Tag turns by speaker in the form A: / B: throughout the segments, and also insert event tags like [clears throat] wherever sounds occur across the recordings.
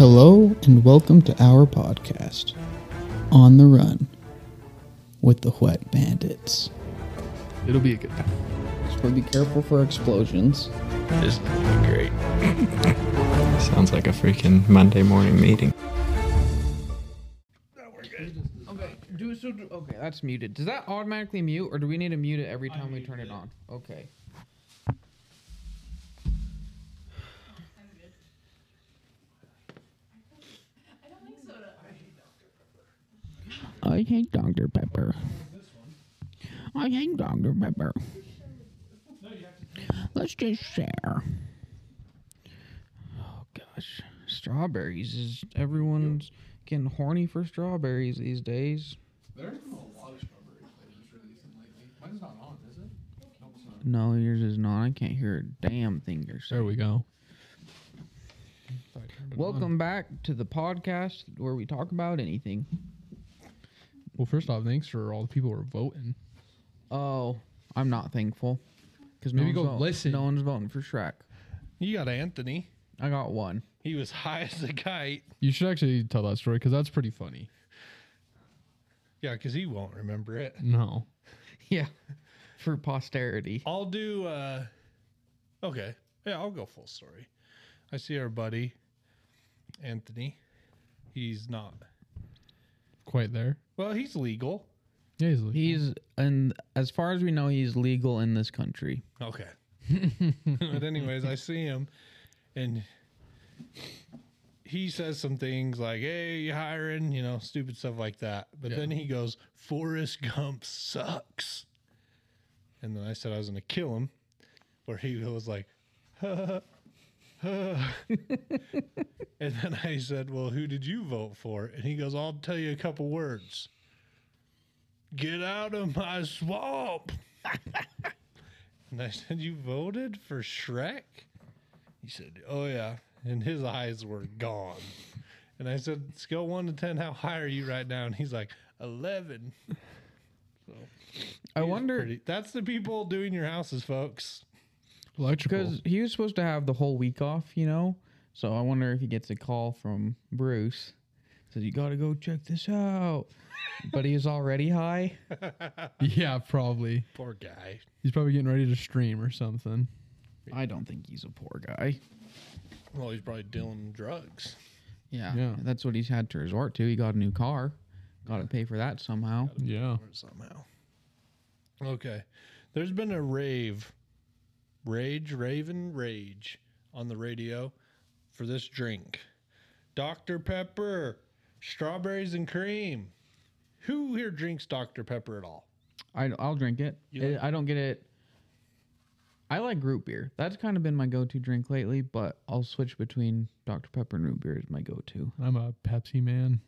A: Hello and welcome to our podcast, On the Run with the Wet Bandits.
B: It'll be a good time.
A: So be careful for explosions.
B: This is gonna be great.
C: Sounds like a freaking Monday morning meeting.
D: Okay, do so. Do, okay, that's muted. Does that automatically mute, or do we need to mute it every time we turn it on? Okay. I hate Dr. Pepper. I hate Dr. Pepper. Let's just share. Oh gosh, strawberries is everyone's getting horny for strawberries these days.
B: There's been a lot of strawberry flavors released lately. Mine's not on, is it?
D: No, yours is not. I can't hear a damn thing you're saying.
B: There we go.
D: Welcome back to the podcast where we talk about anything.
B: Well, first off, thanks for all the people who are voting.
D: Oh, I'm not thankful because no
B: Maybe
D: one's
B: go
D: voting.
B: listen.
D: No one's voting for Shrek.
E: You got Anthony.
D: I got one. [laughs]
E: He was [laughs] high as a kite.
B: You should actually tell that story because that's pretty funny.
E: Yeah, because he won't remember it.
B: No.
D: Yeah, for posterity.
E: I'll do. uh Okay, yeah, I'll go full story. I see our buddy Anthony. He's not.
B: Quite there.
E: Well, he's legal.
B: Yeah, he's like,
D: He's and as far as we know, he's legal in this country.
E: Okay. but anyways, I see him, and he says some things like, "Hey, you hiring?" You know, stupid stuff like that. But then he goes, "Forrest Gump sucks," and then I said I was going to kill him, where he was like, [laughs] and then I said, "Well, who did you vote for?" And he goes, "I'll tell you a couple words." Get out of my swamp. [laughs] And I said, You voted for Shrek? He said, Oh, yeah. And his eyes were gone. And I said, Scale one to 10, how high are you right now? And he's like, 11.
D: I wonder
E: Pretty- That's the people doing your houses, folks.
B: electrical.
D: because he was supposed to have the whole week off, you know. So I wonder if he gets a call from Bruce, says you got to go check this
B: [laughs]
D: out, but he's already high.
B: [laughs] Yeah, probably.
E: Poor guy.
B: He's probably getting ready to stream or something.
D: I don't think he's a poor guy.
E: Well, he's probably dealing drugs.
D: Yeah,
B: Yeah.
D: that's what he's had to resort to. He got a new car, got to pay for that somehow.
B: Yeah.
E: somehow. Okay. There's been a rave, rage, raven, rage on the radio for this drink Dr. Pepper, strawberries and cream. Who here drinks Dr. Pepper at all?
D: I, I'll drink it.
E: You
D: I don't get it. I like root beer. That's kind of been my go-to drink lately, but I'll switch between Dr Pepper and root beer is my go-to.
B: I'm a Pepsi man.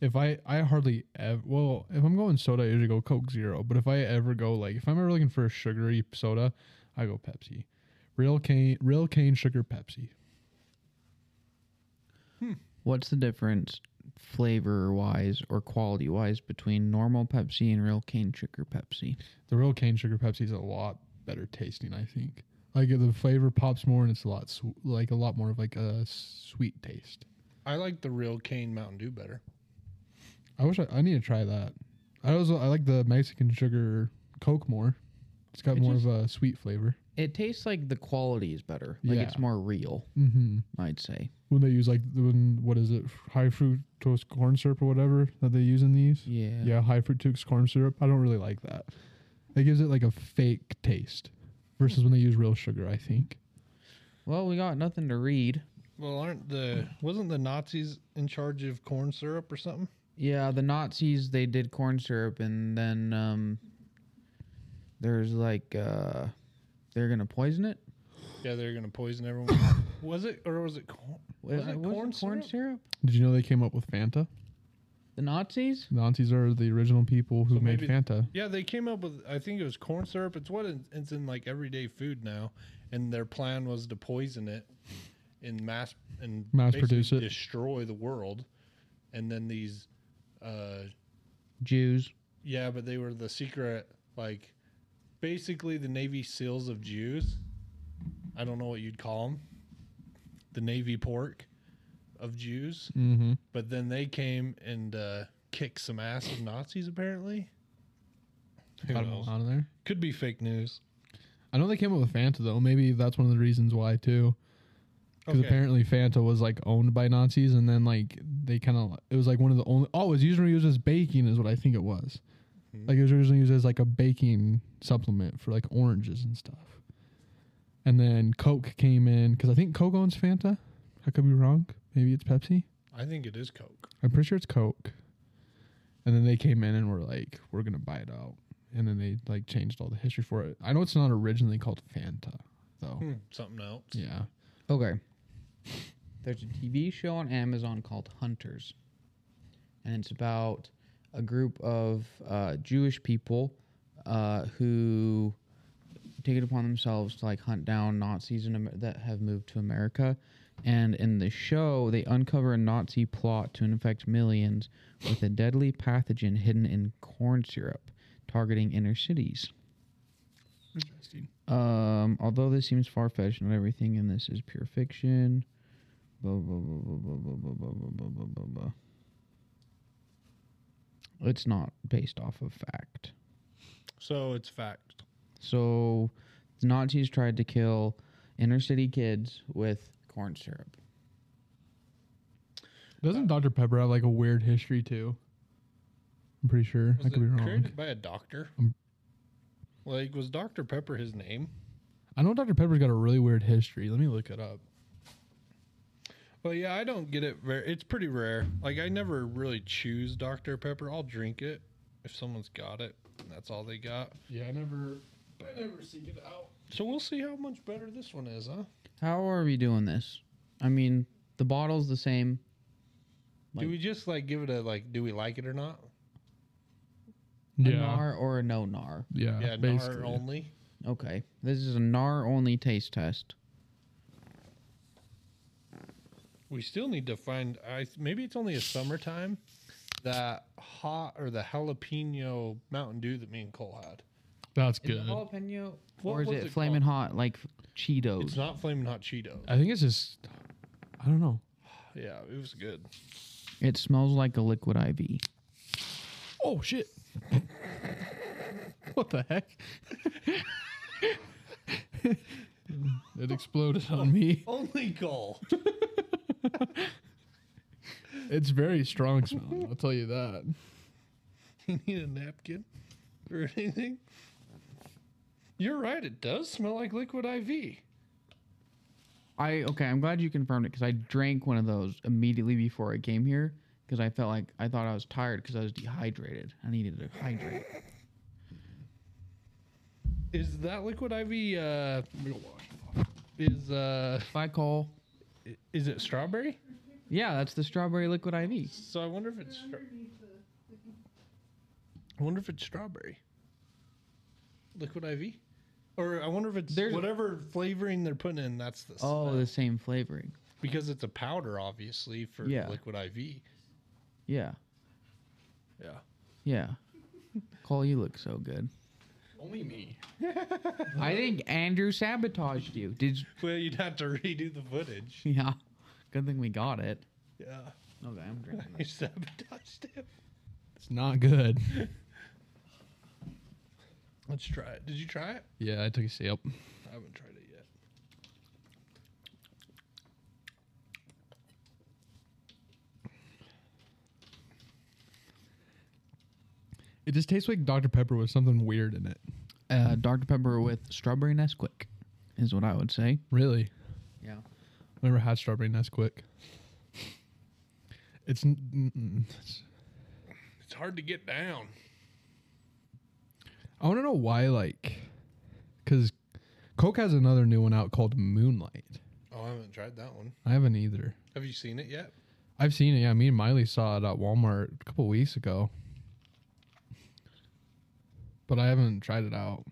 B: If I, I hardly ever, well, if I'm going soda, I usually go Coke Zero. But if I ever go, like, if I'm ever looking for a sugary soda, I go Pepsi. Real cane, real cane sugar Pepsi.
D: What's the difference, flavor-wise or quality-wise, between normal Pepsi and real cane sugar Pepsi?
B: The real cane sugar Pepsi is a lot better tasting, I think. Like the flavor pops more, and it's a lot sw- like a lot more of like a sweet taste.
E: I like the real cane Mountain Dew better.
B: I wish I, I need to try that. I also I like the Mexican sugar Coke more. It's got
D: It
B: more
D: just-
B: of a sweet flavor.
D: It tastes like the quality is better. Like
B: Yeah.
D: it's more real,
B: Mm-hmm.
D: I'd say.
B: When they use like the- when what is it high fructose corn syrup or whatever that they use in these?
D: Yeah.
B: yeah, high fructose corn syrup. I don't really like that. It gives it like a fake taste versus when they use real sugar. I think.
D: Well, we got nothing to read.
E: Well, aren't the wasn't the Nazis in charge of corn syrup or something?
D: Yeah, the Nazis they did corn syrup, and then um, there's like uh, they're gonna poison it.
E: Yeah, they're gonna poison [coughs] everyone. was it or was it corn?
D: Was,
E: it corn syrup?
B: Did you know they came up with Fanta?
D: The Nazis?
B: Nazis are the original people who
E: So
B: made
E: maybe-
B: Fanta.
E: Yeah, they came up with I think it was corn syrup. It's what in- it's in like everyday food now, and their plan was to poison it and mass and
B: Mass
E: basically
B: produce it.
E: destroy the world. And then these, uh,
D: Jews.
E: yeah, but they were the secret like basically the Navy SEALs of Jews. I don't know what you'd call them. The Navy pork of Jews,
B: Mm-hmm.
E: but then they came and uh, kicked some ass of Nazis. Apparently, who
B: Got 'em
E: knows?
B: out of there.
E: Could be fake news.
B: I know they came up with Fanta though. Maybe that's one of the reasons why too. Because
E: Okay.
B: apparently Fanta was like owned by Nazis, and then like they kind of it was like one of the only oh it was usually used as baking is what I think it was. Like it was originally used as like a baking supplement for like oranges and stuff. And then Coke came in because I think Coke owns Fanta. I could be wrong. Maybe it's Pepsi.
E: I think it is Coke.
B: I'm pretty sure it's Coke. And then they came in and were like, "We're gonna buy it out." And then they like changed all the history for it. I know it's not originally called Fanta, though.
E: Hmm, something else.
B: Yeah.
D: Okay. There's a TV show on Amazon called Hunters, and it's about a group of uh, Jewish people uh, who take it upon themselves to like hunt down Nazis in Amer- that have moved to America. And in the show, they uncover a Nazi plot to infect millions with a deadly pathogen hidden in corn syrup, targeting inner cities.
B: Interesting.
D: Um, although this seems far fetched, not everything in this is pure fiction. Blah, blah, blah, blah, blah, blah, blah, blah, blah, blah, blah, blah, blah. It's not based off of fact.
E: So it's fact.
D: So, the Nazis tried to kill inner city kids with corn syrup.
B: Doesn't Dr Pepper have like a weird history too? I'm pretty sure.
E: Was
B: I could
E: it
B: be wrong.
E: created by a doctor?
B: Um,
E: Like, was Dr. Pepper his name?
B: I know Dr Pepper's got a really weird history. Let me look it up.
E: Well, yeah, I don't get it. Very, it's pretty rare. Like, I never really choose Dr. Pepper. I'll drink it if someone's got it. And that's all they got.
B: Yeah, I never, I never seek it out.
E: So we'll see how much better this one is, huh?
D: How are we doing this? I mean, the bottle's the same. Like-
E: do we just like give it a like? Do we like it or not?
D: A
B: Yeah.
D: nar or a no nar.
B: Yeah.
E: yeah,
B: basically.
E: nar only.
D: Okay. This is a nar only taste test.
E: We still need to find. I maybe it's only a summertime. That hot or the jalapeno Mountain Dew that me and Cole had.
B: That's good.
D: jalapeno?
E: What
D: or is
E: was
D: it,
E: it
D: flaming hot like Cheetos?
E: It's not flaming hot Cheetos.
B: I think it's just, I don't know.
E: Yeah, it was good.
D: It smells like a liquid IV.
B: Oh shit! what the heck? it exploded on me.
E: Only [laughs] Cole.
B: It's very strong smelling. I'll tell you that.
E: you need a napkin or anything? You're right. It does smell like liquid IV.
D: I okay. I'm glad you confirmed it because I drank one of those immediately before I came here because I felt like I thought I was tired because I was dehydrated. I needed to hydrate.
E: Is that liquid IV? Uh, is uh,
D: Bye, Cole.
E: i- is it strawberry?
D: Yeah, that's the strawberry liquid IV.
E: So I wonder if it's. stra- I wonder if it's strawberry. Liquid IV, or I wonder if it's
D: There's-
E: whatever flavoring they're putting in. That's the
D: Oh,
E: smell.
D: the same flavoring.
E: because it's a powder, obviously for
D: Yeah.
E: liquid IV.
D: Yeah,
E: Yeah.
D: yeah. Cole, you look so good.
B: Only me.
D: I think Andrew sabotaged you. Did you- [laughs]
E: Well, you'd have to [laughs] redo the footage.
D: yeah. Good thing we got it.
E: Yeah. [laughs]
D: Okay, I'm drinking.
E: You sabotaged him.
B: It's not good.
E: Let's try it. Did you try it?
B: Yeah, I took a sip.
E: I haven't tried it yet.
B: It just tastes like Dr Pepper with something weird in it.
D: Uh, Dr Pepper with strawberry Nesquik is what I would say.
B: Really?
D: Yeah.
B: I never had strawberry Nesquik. It's, n- n- n- it's
E: It's hard to get down.
B: I want to know why like, because Coke has another new one out called Moonlight.
E: Oh, I haven't tried that one.
B: I haven't either.
E: Have you seen it yet?
B: I've seen it. Yeah, me and Miley saw it at Walmart a couple weeks ago, but I haven't tried it out.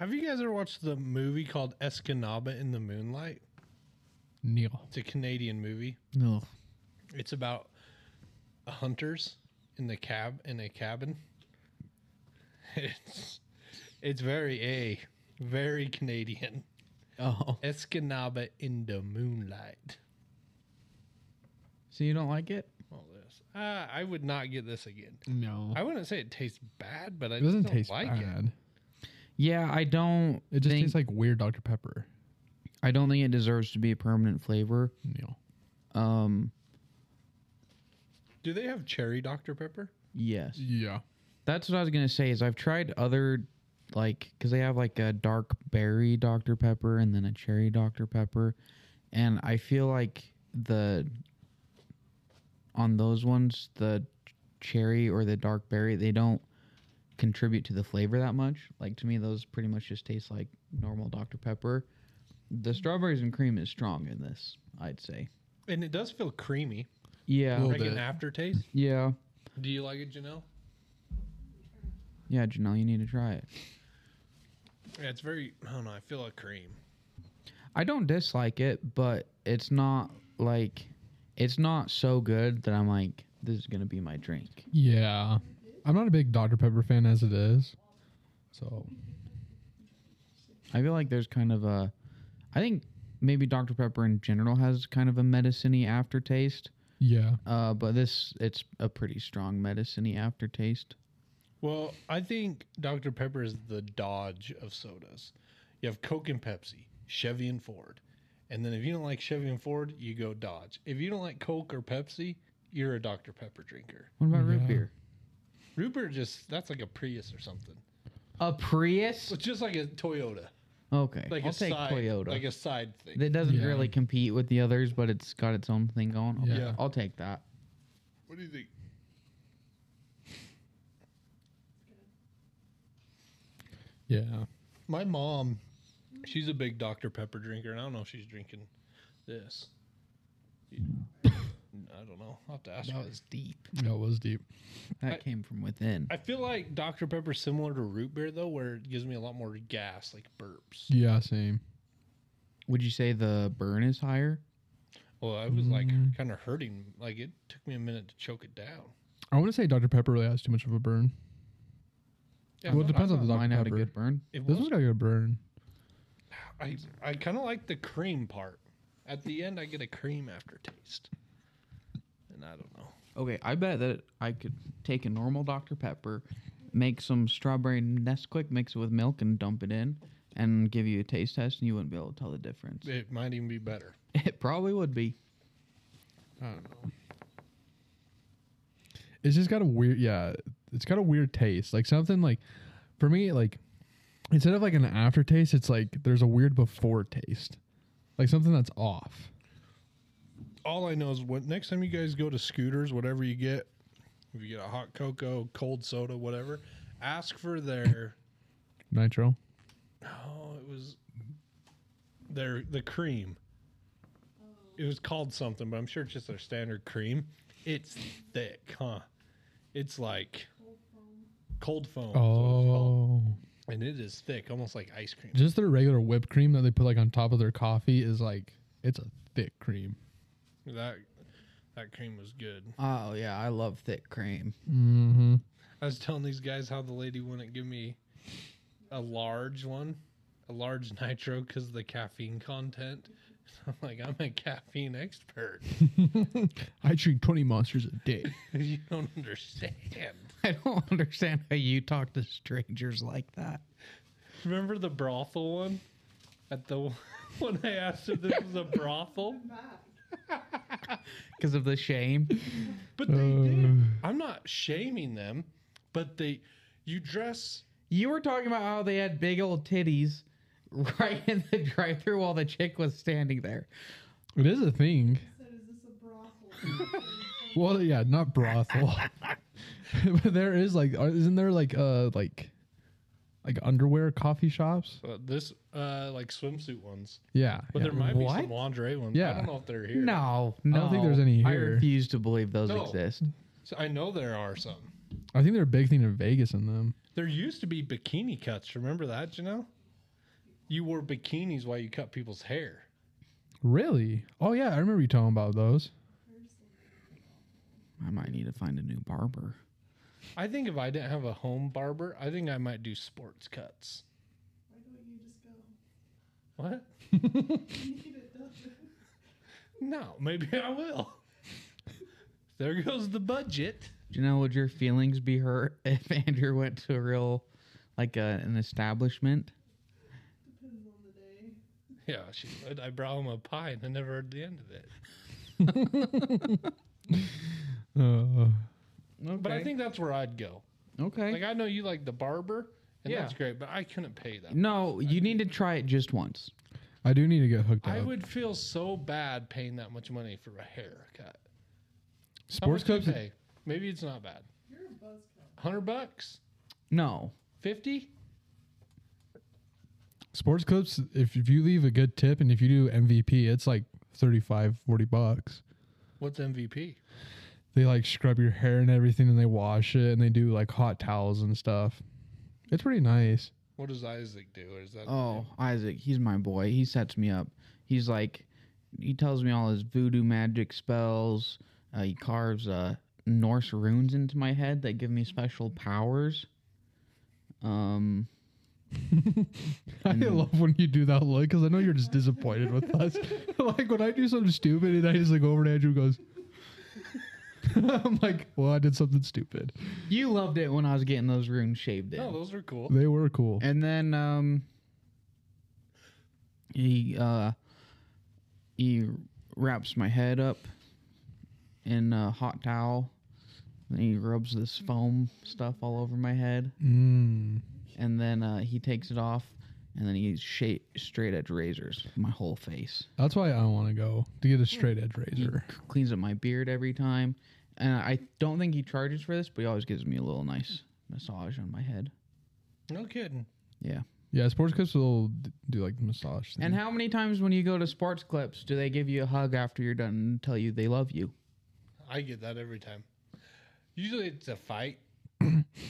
E: Have you guys ever watched the movie called Escanaba in the Moonlight?
B: Neil.
E: It's a Canadian movie.
D: No.
E: It's about hunters in the cab in a cabin. [laughs] It's it's very a very Canadian.
D: Oh.
E: Escanaba in the moonlight.
D: So you don't like it?
E: All this. Ah, I would not get this again.
B: No,
E: I wouldn't say it tastes bad, but I
B: it
E: just
B: doesn't
E: don't
B: taste
E: like it.
B: bad.
D: Yeah, I don't.
B: It just
D: think,
B: tastes like weird Dr Pepper.
D: I don't think it deserves to be a permanent flavor.
B: No,
D: Um,
E: Do they have cherry Dr Pepper?
D: yes,
B: yeah,
D: that's what I was gonna say. Is I've tried other, like, because they have like a dark berry Dr Pepper and then a cherry Dr Pepper, and I feel like the on those ones the cherry or the dark berry they don't contribute to the flavor that much. Like to me, those pretty much just taste like normal Dr Pepper. The strawberries and cream is strong in this, I'd say.
E: And it does feel creamy,
D: Yeah.
B: Well-
E: like an
B: bit.
E: aftertaste.
D: Yeah.
E: Do you like it, Janelle?
D: Yeah, Janelle, you need to try it.
E: Yeah, it's very. I don't know. I feel a cream.
D: I don't dislike it, but it's not like it's not so good that I'm like, this is gonna be my drink.
B: yeah. I'm not a big Dr Pepper fan as it is, so
D: I feel like there's kind of a I think maybe Dr. Pepper in general has kind of a medicine-y aftertaste.
B: yeah.
D: Uh, but this it's a pretty strong medicine-y aftertaste.
E: Well, I think Dr Pepper is the Dodge of sodas. You have Coke and Pepsi, Chevy and Ford, and then if you don't like Chevy and Ford, you go Dodge. If you don't like Coke or Pepsi, you're a Dr Pepper drinker.
D: What about root
B: Yeah.
D: beer?
E: Rupert just that's like a Prius or something.
D: A Prius?
E: It's just like a Toyota,
D: Okay.
E: like
D: I'll
E: a
D: take
E: side,
D: Toyota.
E: like a side thing.
D: that doesn't
B: Yeah.
D: really compete with the others, but it's got its own thing going. I'll-
B: Yeah.
D: I'll take that.
E: What do you think?
B: Yeah.
E: My mom, she's a big Dr. Pepper drinker, and I don't know if she's drinking this. [coughs] I don't know. I'll have to ask her.
D: deep.
B: That was deep.
D: That
E: I-
D: came from within.
E: I feel like Dr. Pepper's similar to root beer, though, where it gives me a lot more gas, like burps.
B: Yeah, same.
D: Would you say the burn is higher?
E: Well, I was like
B: Mm-hmm.
E: kind of hurting. Like it took me a minute to choke it down.
B: I wouldn't say Dr Pepper really has too much of a burn.
E: Yeah,
B: well, it
E: I
B: depends on the
E: thought-
B: Dr
D: Mine had a
B: Pepper.
D: good burn.
E: It
B: This
E: was,
B: one's got a good burn.
E: I, I kind of like the cream part. At the end, I get a cream aftertaste. And I don't know.
D: Okay, I bet that I could take a normal Dr. Pepper, make some strawberry Nesquik, mix it with milk, and dump it in, and give you a taste test, and you wouldn't be able to tell the difference.
E: It might even be better.
D: [laughs] It probably would be.
B: I don't know. It's just got a weird, yeah. It's got a weird taste, like something like, for me, like instead of like an aftertaste, it's like there's a weird before taste, like something that's off.
E: all I know is what next time you guys go to Scooters, whatever you get, if you get a hot cocoa, cold soda, whatever, ask for their
B: Nitro.
E: oh, it was their the cream. It was called something, but I'm sure it's just their standard cream. It's thick, huh? It's like cold foam. is what it's called.
B: Oh,
E: and it is thick, almost like ice cream.
B: just their regular whipped cream that they put like on top of their coffee is like it's a thick cream.
E: That that cream was good.
D: Oh, yeah, I love thick cream. [laughs]
B: Mm-hmm.
E: I was telling these guys how the lady wouldn't give me a large one, a large nitro, because of the caffeine content. [laughs] I'm like, I'm a caffeine expert. [laughs]
B: I drink twenty monsters a day.
E: you don't understand.
D: I don't understand how you talk to strangers like that.
E: Remember the brothel one? At the [laughs] when I asked if this was a brothel,
D: Because of the shame.
E: but they did.
D: Uh.
E: I'm not shaming them, but they, you dress.
D: You were talking about how they had big old titties [laughs] right in the drive through while the chick was standing there.
B: It is a thing.
F: So is this a brothel?
B: [laughs] Well, yeah, not brothel, [laughs] but there is like, are- isn't there like uh like like underwear coffee shops?
E: Uh, this uh like swimsuit ones,
B: Yeah,
E: but
B: yeah.
E: there might be
D: What?
E: some lingerie ones. I
B: Yeah.
E: don't know if they're here.
D: No, no.
B: I don't think there's any
D: Oh, I
B: here.
D: refuse to believe those
E: No.
D: exist.
E: So I know there are some.
B: I think they're a big thing in Vegas in them.
E: There used to be bikini cuts. Remember that, Janelle? You wore bikinis while you cut people's hair.
B: Really? Oh yeah, I remember you talking about those.
D: I might need to find a new barber.
E: I think if I didn't have a home barber, I think I might do sports cuts.
F: Why don't you just go?
E: What?
F: [laughs] You need it done.
E: No, maybe I will. There goes the budget.
D: Janelle, would your feelings be hurt [laughs] if Andrew went to a real, like a, an establishment?
F: Depends on the day.
E: Yeah, she would. I brought him a pie and I never heard the end of it.
B: Uh,
D: Okay.
E: But I think that's where I'd go.
D: okay.
E: Like I know you like the barber, and
D: Yeah.
E: that's great. But I couldn't pay that.
D: no, you need to try it just once.
B: I do need to get hooked
E: I
B: up.
E: would feel so bad paying that much money for a haircut. How
B: Sports
E: much do you
B: cups.
E: pay? Maybe it's not bad.
F: You're a buzzcut.
E: Hundred bucks,
D: No.
E: fifty.
B: Sports clips, if, if you leave a good tip and if you do MVP, it's like 35, 40 bucks.
E: What's MVP?
B: They like scrub your hair and everything and they wash it and they do like hot towels and stuff. It's pretty nice. [laughs]
E: What does Isaac do? Or is that
D: Oh, Isaac, he's my boy. He sets me up. He's like, he tells me all his voodoo magic spells. Uh, he carves uh, Norse runes into my head that give me special powers. Um,
B: I
D: Mm.
B: love when you do that look because I know you're just disappointed with us. [laughs] like when I do something stupid and I just like go over to Andrew and goes, [laughs] I'm like, well, I did something stupid.
D: you loved it when I was getting those runes shaved in.
E: No, those are cool.
B: They were cool.
D: And then um, he uh, he wraps my head up in a hot towel. And he rubs this foam stuff all over my head,
B: Mm.
D: and then uh, he takes it off, and then he sha- straight edge razors my whole face.
B: That's why I want to go to get a straight edge
D: He
B: razor.
D: c- cleans up my beard every time, and I don't think he charges for this, but he always gives me a little nice massage on my head.
E: No kidding.
D: Yeah.
B: Yeah, sports clips will d- do like the massage. Thing.
D: And how many times when you go to sports clips do they give you a hug after you're done and tell you they love you?
E: I get that every time. Usually it's
D: [coughs]
E: a fight.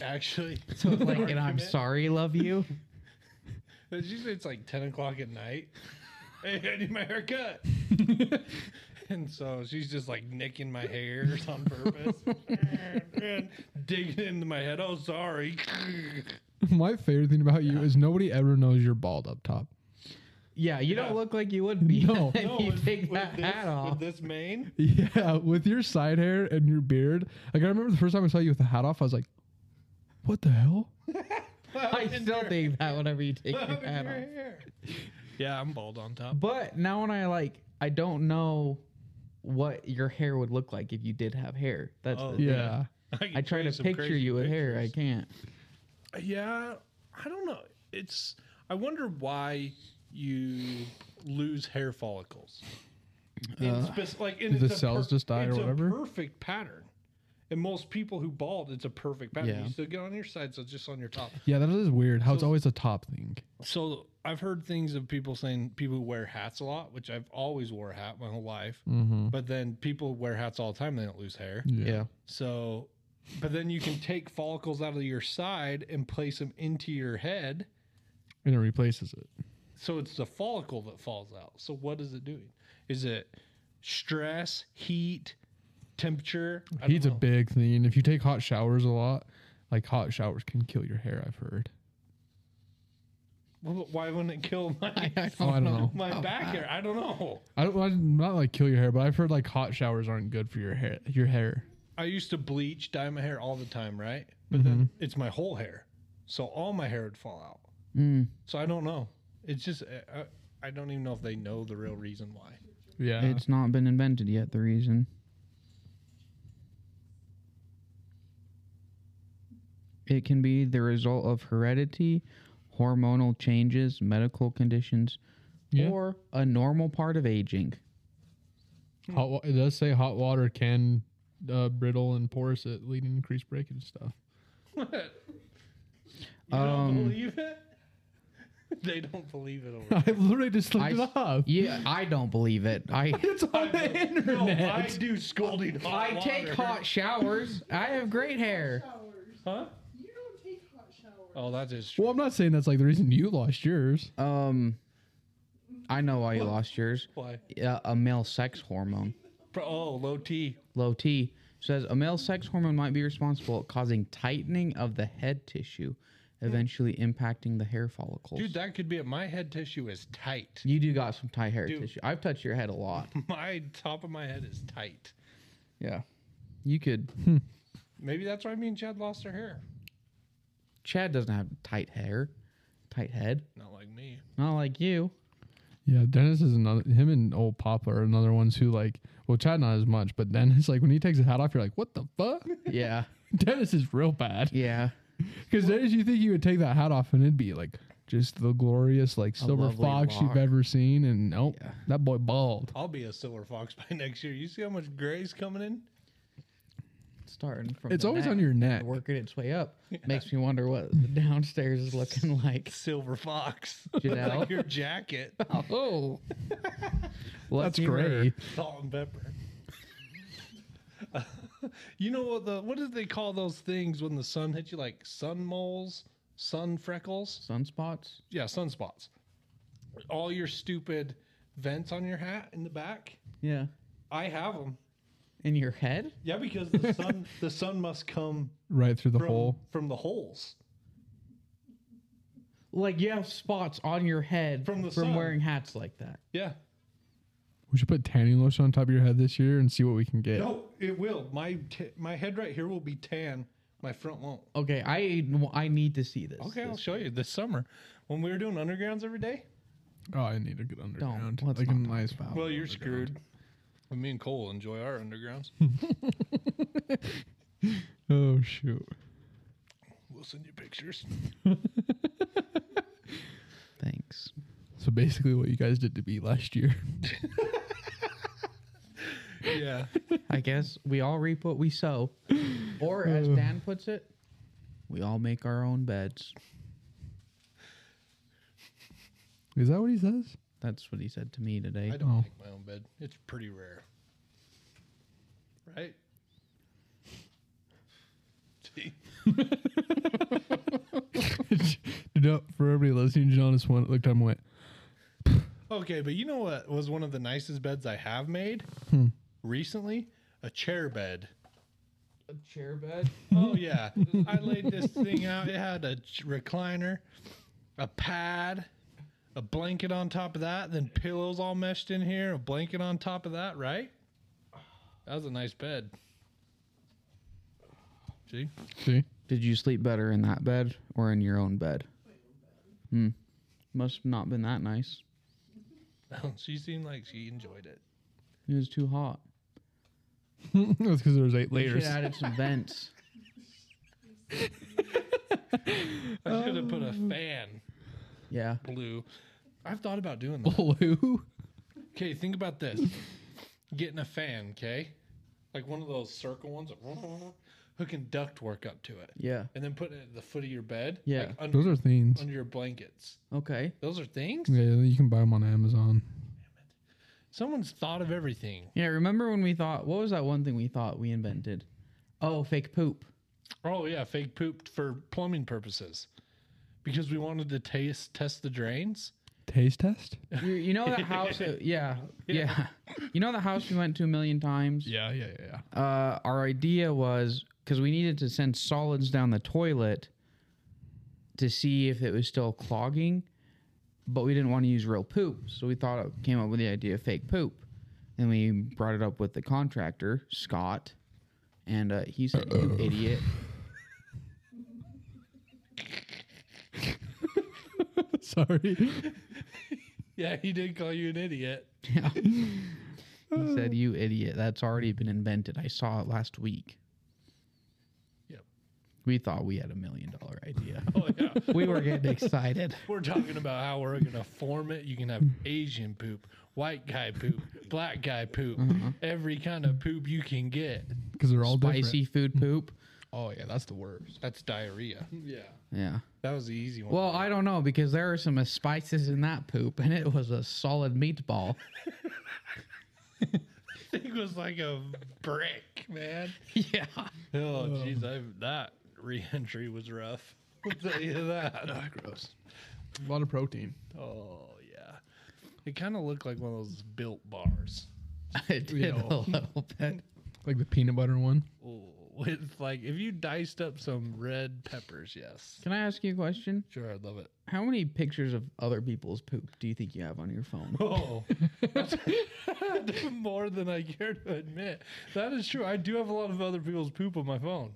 E: Actually, so it's
D: Like, and I'm sorry, love you.
E: It's usually it's like ten o'clock at night. hey, I need my haircut.
D: [laughs]
E: and so she's just like nicking my hairs [laughs] on purpose, and digging into my head.
D: [laughs]
E: Oh, sorry.
B: [laughs] My favorite thing about you is nobody ever knows you're bald up top.
D: Yeah, you
E: Yeah.
D: don't look like you would be
B: No.
D: [laughs] if you
E: with-
D: take
E: with
D: that
E: this,
D: hat off.
E: With this mane,
B: Yeah, with your side hair and your beard. Like I remember the first time I saw you with the hat off, I was like, "What the hell?"
D: [laughs] I still think that whenever you take your
E: Up in
D: hat
E: your
D: off.
E: hair. Yeah, I'm bald on top.
D: But now when I like, I don't know what your hair would look like if you did have hair. That's
E: Oh.
D: the thing.
B: Yeah.
E: [laughs] can
D: I try
E: show you
D: to
E: some
D: picture
E: crazy
D: you with hair. I
E: pictures.
D: can't.
E: Yeah, I don't know. It's I wonder why you lose hair follicles. In spec- like and
B: do Uh, the
E: it's a
B: cells just die or
E: it's a
B: whatever?
E: perfect pattern. And most people who bald, it's a perfect pattern.
D: Yeah.
E: You still get on your side, so it's just on your top.
B: Yeah, that is weird. How it's
E: So-
B: always a top thing.
E: So I've heard things of people saying people who wear hats a lot, which I've always wore a hat my whole life.
B: Mm-hmm.
E: But then people wear hats all the time; they don't lose hair.
B: Yeah.
E: So, but then you can take follicles out of your side and place them into your head.
B: and it replaces it.
E: So it's the follicle that falls out. So what is it doing? Is it stress, heat, temperature? I don't
B: Heat's a
E: know.
B: big thing. And if you take hot showers a lot, like hot showers can kill your hair. I've heard.
E: Well, Why wouldn't it kill [laughs] my
B: Oh, [laughs] I don't know.
E: my back hair? I don't know.
B: I don't. I didn't- not like kill your hair, but I've heard like hot showers aren't good for your hair. Your hair.
E: I used to bleach, dye my hair all the time, right? But then
B: Mm-hmm.
E: it's my whole hair, so all my hair would fall out.
D: Mm.
E: So I don't know. It's just I, I- I don't even know if they know the real reason why.
B: Yeah.
D: It's not been invented yet. The reason. It can be the result of heredity, hormonal changes, medical conditions,
B: Yeah.
D: or a normal part of aging.
B: hot. Wa- it does say hot water can uh, brittle and porous, it leading to increased breakage and [laughs] stuff.
E: You don't
D: Um,
E: believe it? [laughs] They don't believe it.
B: [laughs]
E: Over
B: I literally just looked
D: I-
B: it up.
D: Yeah, I don't believe it. [laughs] I
B: It's on the
E: No,
B: internet.
E: I do scalding hot
D: I take
E: water.
D: hot showers. I have great hair.
F: Showers.
E: Huh?
F: You don't take hot showers.
E: Oh, that is true.
B: well, I'm not saying that's like the reason you lost yours.
D: Um, I know why you lost yours.
E: Why?
D: Uh, a male sex hormone.
E: Pro- Oh, low T.
D: low T, says a male sex hormone might be responsible causing tightening of the head tissue, eventually impacting the hair follicles.
E: Dude, that could be it. My head tissue is tight. [laughs]
D: you do got some tight hair
E: Dude.
D: tissue. I've touched your head a lot.
E: My top of my head is tight.
D: Yeah. You could.
E: Maybe that's why me and Chad lost our hair.
D: Chad doesn't have tight hair, tight head.
E: Not like me.
D: Not like you.
B: Yeah, Dennis is another. Him and old Papa are another ones who like. Well, Chad not as much, but Dennis [laughs] like when he takes his hat off, you're like, what the fuck? [laughs]
D: Yeah.
B: Dennis is real [laughs] bad
D: Yeah.
B: because Dennis, you think he would take that hat off and it'd be like just the glorious like silver
D: lovely
B: fox
D: lock.
B: you've ever seen, and nope, that boy bald.
E: I'll be a silver fox [laughs] by next year. You see how much gray's coming in?
D: Starting from.
B: It's
D: the
B: always
D: neck
B: on your
D: and
B: neck.
D: Working its way up makes me wonder what the downstairs is looking like.
E: Silver fox.
D: Janelle?
E: [laughs] like your jacket.
D: [laughs] Oh.
B: That's gray.
E: Salt and pepper. you know what the what do they call those things when the sun hits you like sun moles, sun freckles?
D: Sunspots.
E: Yeah, sunspots. All your stupid vents on your hat in the back.
D: Yeah.
E: I have them.
D: In your head.
E: Yeah, because the sun the sun must come
B: Right through the
E: from
B: hole.
E: from the holes.
D: Like you have spots on your head
E: From the
D: from
E: sun.
D: wearing hats like that.
E: Yeah.
B: We should put tanning lotion on top of your head this year and see what we can get.
E: No, it will. My t- my head right here will be tan. My front won't.
D: Okay, I I need to see this.
E: Okay, I'll
D: This-
E: show you this summer when we were doing undergrounds every day.
B: Oh, I need to get underground.
D: let's
B: like
D: not
B: a
D: talk
B: nice.
D: about
E: Well, you're screwed. Well, me and Cole enjoy our undergrounds. [laughs]
B: Oh shoot.
E: we'll send you pictures.
D: Thanks.
B: So basically, what you guys did to me last year. [laughs]
E: Yeah.
D: I guess we all reap what we sow. Or as Dan puts it, we all make our own beds.
B: Is that what he says?
D: That's what he said to me today.
E: [laughs] I don't
B: Oh.
E: make my own bed. It's pretty rare. [laughs] Right? See?
B: no, for everybody listening, John just went, looked at him and went,
E: Okay, but you know what was one of the nicest beds I have made recently? A chair bed.
D: A chair bed?
E: Oh yeah, I laid this thing out. It had a ch- recliner, a pad, a blanket on top of that, then pillows all meshed in here, a blanket on top of that. Right? That was a nice bed. See? [laughs]
B: see? [laughs]
D: Did you sleep better in that bed or in your own bed? Hmm. Must have not been that nice.
E: she seemed like she enjoyed it.
D: It was too hot.
B: That's because there's eight
D: You should
B: layers.
D: have added some vents.
E: I should have put a fan
D: Yeah.
E: blue. I've thought about doing that.
B: [laughs] Blue.
E: Okay, think about this. Getting a fan, okay? Like one of those circle ones, [laughs] hooking duct work up to it.
D: Yeah.
E: and then putting it at the foot of your bed.
D: Yeah.
E: like under,
B: Those are things.
E: under your blankets.
D: Okay.
E: Those are things.
B: Yeah, you can buy them on Amazon.
E: Someone's thought of everything.
D: Yeah, remember when we thought what was that one thing we thought we invented? Oh, fake poop.
E: Oh yeah, fake pooped for plumbing purposes, because we wanted to taste test the drains.
B: Taste test?
D: You, you know that house? that- yeah, yeah. You know the house we went to a million times.
B: Yeah, yeah, yeah, yeah. [laughs]
D: Uh, our idea was because we needed to send solids down the toilet to see if it was still clogging, but we didn't want to use real poop, so we thought of- came up with the idea of fake poop, and we brought it up with the contractor Scott, and uh, he said, "You idiot."
B: Sorry.
E: Yeah, he did call you an idiot.
D: Yeah. he said, "You idiot! That's already been invented. I saw it last week."
E: Yep.
D: We thought we had a million dollar idea.
E: [laughs] Oh yeah,
D: we were getting
E: [laughs]
D: excited.
E: we're talking about how we're gonna form it. You can have Asian poop, white guy poop, black guy poop, every kind of poop you can get.
B: Because they're all
D: Spicy
B: different.
D: food poop.
B: Oh, yeah, that's the worst.
E: That's diarrhea. Yeah,
D: Yeah.
E: that was the easy one.
D: Well,
E: [laughs]
D: I don't know because there are some spices in that poop, and it was a solid
E: [laughs]
D: meatball. [laughs]
E: think was like a brick, man.
D: yeah.
E: Oh, jeez, I that [laughs] re-entry was rough. [laughs] I'll tell you [laughs] that. Ah, gross.
B: A lot of protein.
E: Oh yeah, it kind of looked like one of those built bars.
D: It did a little bit.
B: Like the peanut butter one.
E: Oh, with like if you diced up some red peppers, yes.
D: Can I ask you a question?
E: Sure, I'd love it.
D: How many pictures of other people's poop do you think you have on your
E: [laughs]
D: phone?
E: Oh, more than I care to admit. That is true. I do have a lot of other people's poop on my phone.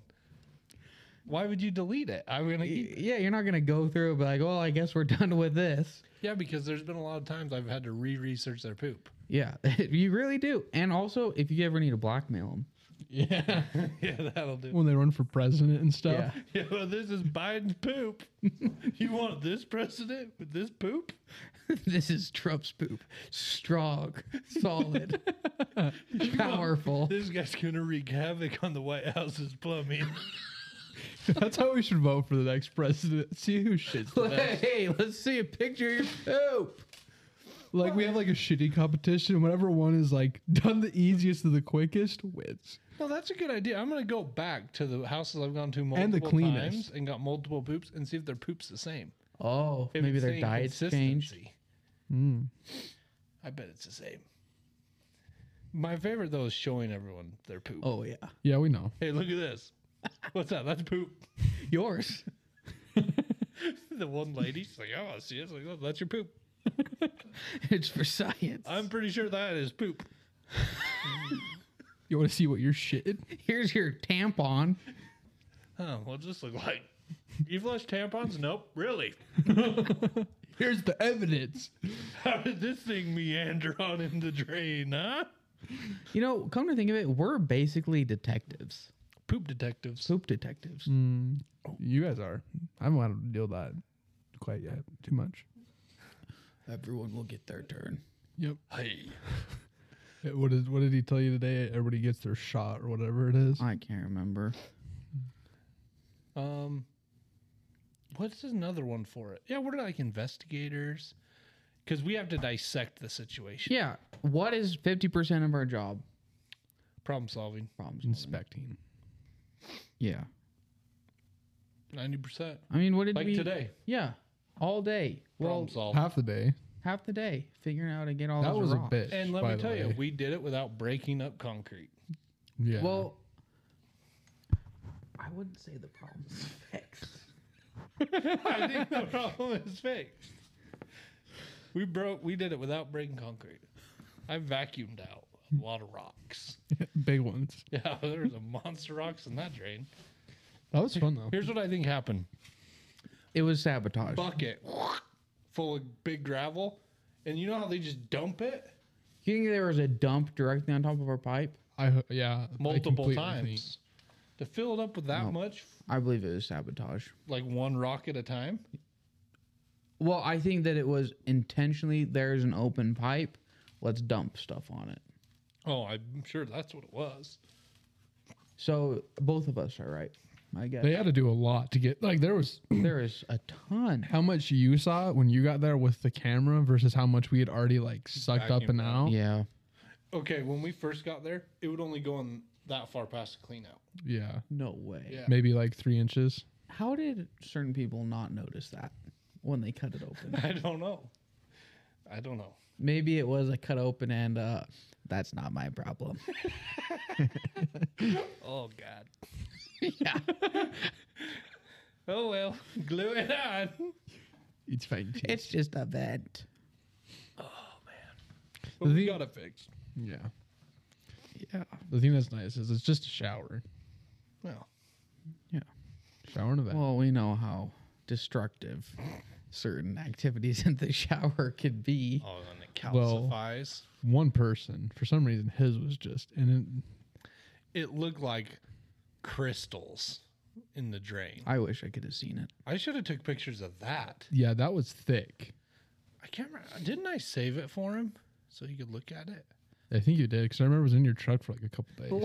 E: Why would you delete it? I'm gonna.
D: Y-
E: Keep,
D: yeah, you're not gonna go through and be like, well, I guess we're done with this.
E: yeah, because there's been a lot of times I've had to re-research their poop.
D: Yeah, [laughs] you really do. And also, if you ever need to blackmail them,
E: Yeah, [laughs] yeah, that'll do.
B: when they run for president and stuff.
D: yeah,
E: [laughs] Yeah, well, this is Biden's poop. [laughs] you want this president with this poop?
D: [laughs] this is Trump's poop. Strong, [laughs]
E: [laughs]
D: solid, powerful.
E: This guy's gonna wreak havoc on the White House's plumbing.
B: [laughs]
E: [laughs]
B: That's how we should vote for the next president. [laughs] See who shits
D: [laughs]
B: the best.
D: Hey, let's see a picture of your poop.
B: Like we have like a shitty competition. Whatever one is like [laughs] done the easiest to the quickest wins.
E: No, that's a good idea. I'm gonna go back to the houses I've gone to multiple
B: And the cleanest.
E: times and got multiple poops and see if their poop's the same.
D: Oh,
E: If
D: maybe
E: it's
D: their
E: saying
D: diet's changed. Hmm.
E: consistency. I bet it's the same. My favorite though is showing everyone their poop.
D: Oh yeah,
B: Yeah, we know.
E: Hey, look at this. What's that? That's poop. [laughs]
D: yours. [laughs]
E: the one lady, she's like, "Oh, I see." It's like, "Oh, that's your poop."
D: it's for science.
E: I'm pretty sure that is poop.
B: You want to see what you're shitting? [laughs]
D: Here's your tampon.
E: Huh? What's this look like? You flush tampons? Nope. Really? [laughs]
B: Here's the evidence.
E: How did this thing meander on in the drain? Huh?
D: You know, come to think of it, we're basically detectives,
E: Poop detectives.
D: poop detectives.
E: Mm.
B: You guys are. I'm not to deal with that quite yet. Too much.
D: Everyone will get their turn.
B: Yep.
E: Hey.
B: Uh, What is? What did he tell you today? Everybody gets their shot or whatever it is.
D: I can't remember.
E: Um, what's another one for it? Yeah, we're like investigators because we have to dissect the situation,
D: Yeah. What is 50% of our job?
E: problem solving,
D: Problem solving.
B: Inspecting.
D: Yeah.
E: ninety percent.
D: I mean, what did
E: Like
D: we.
E: today,
D: Yeah. All day. Well,
E: problem solved.
B: Half the day.
D: half the day figuring out how to get all
B: That
D: those
B: was a
D: rocks.
B: bitch.
E: And let
B: by
E: me
B: the
E: tell you,
B: way.
E: we did it without breaking up concrete.
B: Yeah.
D: Well, I wouldn't say the problem's fixed.
E: [laughs] I think the problem is fixed. We broke. We did it without breaking concrete. I vacuumed out a lot of rocks.
B: [laughs]
E: [laughs]
B: big ones.
E: Yeah, there was a monster rocks in that drain.
B: That was fun though.
E: Here's what I think happened.
D: It was sabotage.
E: bucket full of big gravel, and you know how they just dump it
D: You think there was a dump directly on top of our pipe?
B: I ho- yeah. I
E: multiple
B: completely think-
E: times. To fill it up with that
D: No.
E: much,
D: I believe it was sabotage.
E: like one rock at a time.
D: Well, I think that it was intentionally there's an open pipe. Let's dump stuff on it.
E: Oh, I'm sure that's what it was.
D: So both of us are right. I guess
B: They had to do a lot to get like there was
D: there is a ton.
B: how much you saw when you got there with the camera versus how much we had already like sucked up and
E: Vacuumed
B: out.
D: Yeah.
E: Okay, when we first got there, it would only go on that far past the clean out.
B: Yeah.
D: No way.
E: Yeah.
B: Maybe like three inches.
D: How did certain people not notice that when they cut it open? [laughs]
E: [laughs] I don't know. I don't know.
D: Maybe it was a cut open and uh that's not my problem. [laughs]
E: Oh God. [laughs]
D: yeah.
E: Oh well, glue it on.
B: It's fine.
D: It's just a vent.
E: But we got it fixed.
B: Yeah.
D: Yeah.
B: The thing that's nice is it's just a shower.
E: Well,
B: Shower and a bath.
D: Well, we know how destructive certain activities in the [laughs] shower could be.
E: oh, and it
B: Well-
E: calcifies.
B: One person, for some reason, his was just and
E: it looked like crystals in the drain.
D: I wish I could have seen it.
E: I should have took pictures of that.
B: it, yeah, that was thick.
E: I can't remember. Didn't I save it for him so he could look at it?
B: I think you did because I remember it was in your truck for like a couple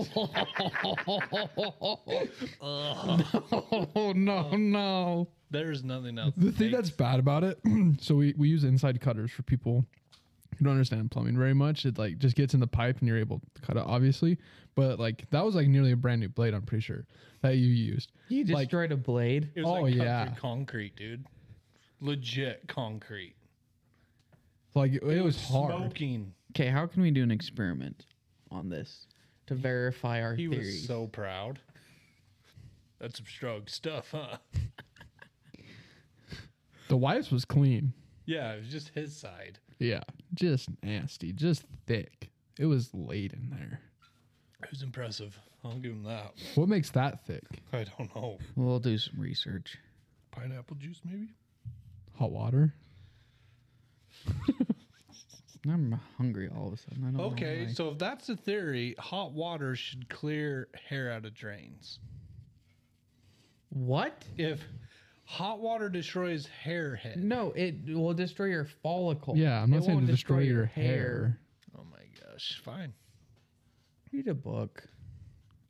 E: [laughs]
B: days.
D: Oh
B: [laughs]
D: no, no.
E: There is nothing else.
B: The thing that's bad about it, [clears throat] so we, we use inside cutters for people who don't understand plumbing very much. It like just gets in the pipe and you're able to cut it, obviously. But like that was like nearly a brand new blade, I'm pretty sure that you used.
D: You
B: Like-
D: destroyed a blade.
E: it was
B: oh,
E: like cut
B: yeah.
E: through concrete, dude. Legit concrete.
B: Like it, it was hard.
E: Smoking.
D: Okay, how can we do an experiment on this to verify our
E: He
D: theory?
E: was so proud. That's some strong stuff, huh?
B: The wife's was clean.
E: Yeah, it was just his side.
B: Yeah, just nasty, just thick. It was laid in there.
E: It was impressive. I'll give him that.
B: What makes that thick?
E: I don't know.
D: We'll do some research.
E: Pineapple juice, maybe?
B: Hot water.
D: I'm hungry all of a sudden. I don't know
E: Okay,
D: why.
E: so if that's the theory, hot water should clear hair out of drains.
D: what?
E: If hot water destroys hair head.
D: No, it will destroy your follicle.
B: Yeah, I'm not
D: It
B: saying to
D: won't
B: destroy, your hair.
E: Oh my gosh, fine.
D: Read a book.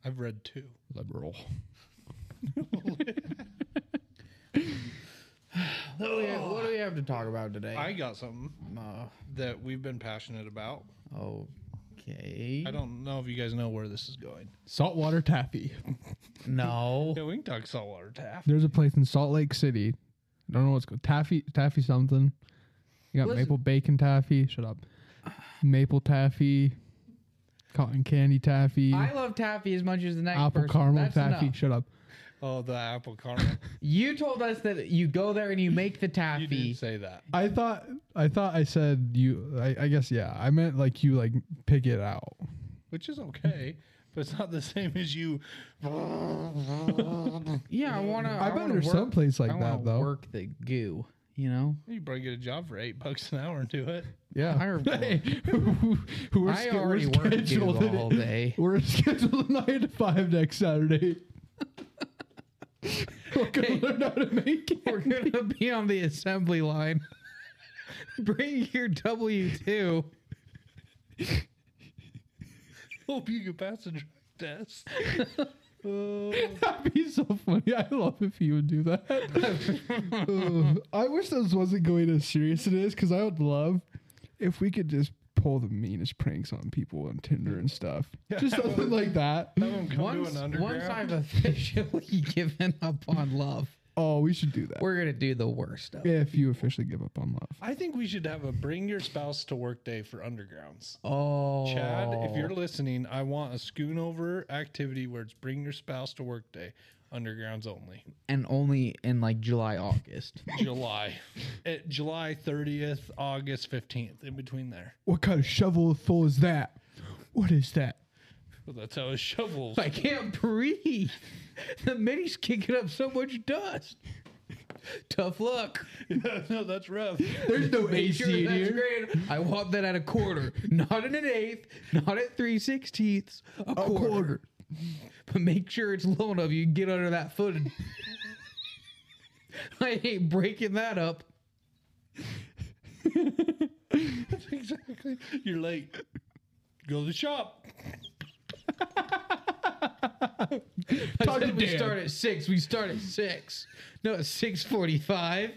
E: I've read two.
B: Liberal.
D: What do, we have, what do we have to talk about today?
E: I got something
D: Uh,
E: that we've been passionate about.
D: okay.
E: I don't know if you guys know where this is going.
B: Saltwater taffy.
D: No.
E: Yeah, we can talk saltwater taff.
B: There's a place in Salt Lake City. I don't know what's called taffy taffy something. You got
D: Listen-
B: maple bacon taffy. Shut up. Maple taffy, cotton candy taffy,
D: I love taffy as much as the next
B: apple
D: person.
B: caramel
D: That's
B: taffy.
D: enough.
B: Shut up.
E: Oh, the apple caramel.
D: You told us that you go there and you make the
E: you didn't
D: taffy.
E: say that.
B: I thought I thought I said you. I, I guess yeah. I meant like you like pick it out.
E: which is okay, but it's not the same as you. [laughs]
D: yeah, I want to.
B: I, bet there's some place like
D: I wanna
B: that though.
D: Work the goo. You know.
E: You probably get a job for eight bucks an hour and do it. [laughs]
B: Yeah.
D: Hire-
B: [laughs] Hey, we're,
D: I already work goo the whole
B: [laughs]
D: day.
B: We're scheduled nine to five next Saturday. We're gonna learn how to make it.
D: We're gonna be on the assembly line. [laughs] Bring your W two.
E: Hope you can pass the drug test. [laughs] Oh,
B: That'd be so funny. I love if you would do that. Ugh. I wish this wasn't going as serious as it is because I would love if we could just pull the meanest pranks on people on Tinder and stuff. Just something like that.
E: Have 'em come
D: Once,
E: to an
D: once I've
E: underground.
D: officially [laughs] given up on love,
B: Oh, we should do that.
D: we're gonna do the worst of it.
B: if you officially give up on love.
E: I think we should have a bring your spouse to work day for undergrounds.
D: Oh,
E: Chad, if you're listening, I want a scoon over activity where it's bring your spouse to work day, undergrounds only.
D: and only in like July, August.
E: July. At July 30th, August 15th, in between there.
B: What kind of shovel full is that? What is that?
E: Well, that's how a shovel.
D: [laughs] I can't breathe. The mini's kicking up so much dust. Tough luck.
E: [laughs] no, that's rough.
B: There's no
D: Make sure that's great. I want that at a quarter, not at an eighth, not at three sixteenths, a, quarter.
B: quarter.
D: But make sure it's low enough you can get under that foot. [laughs] I ain't breaking that up.
E: exactly. You're late. Go to the shop.
D: I
B: Talk
D: said
B: to
D: we
B: Dan.
D: start at six. We start at six. No, it's six forty-five.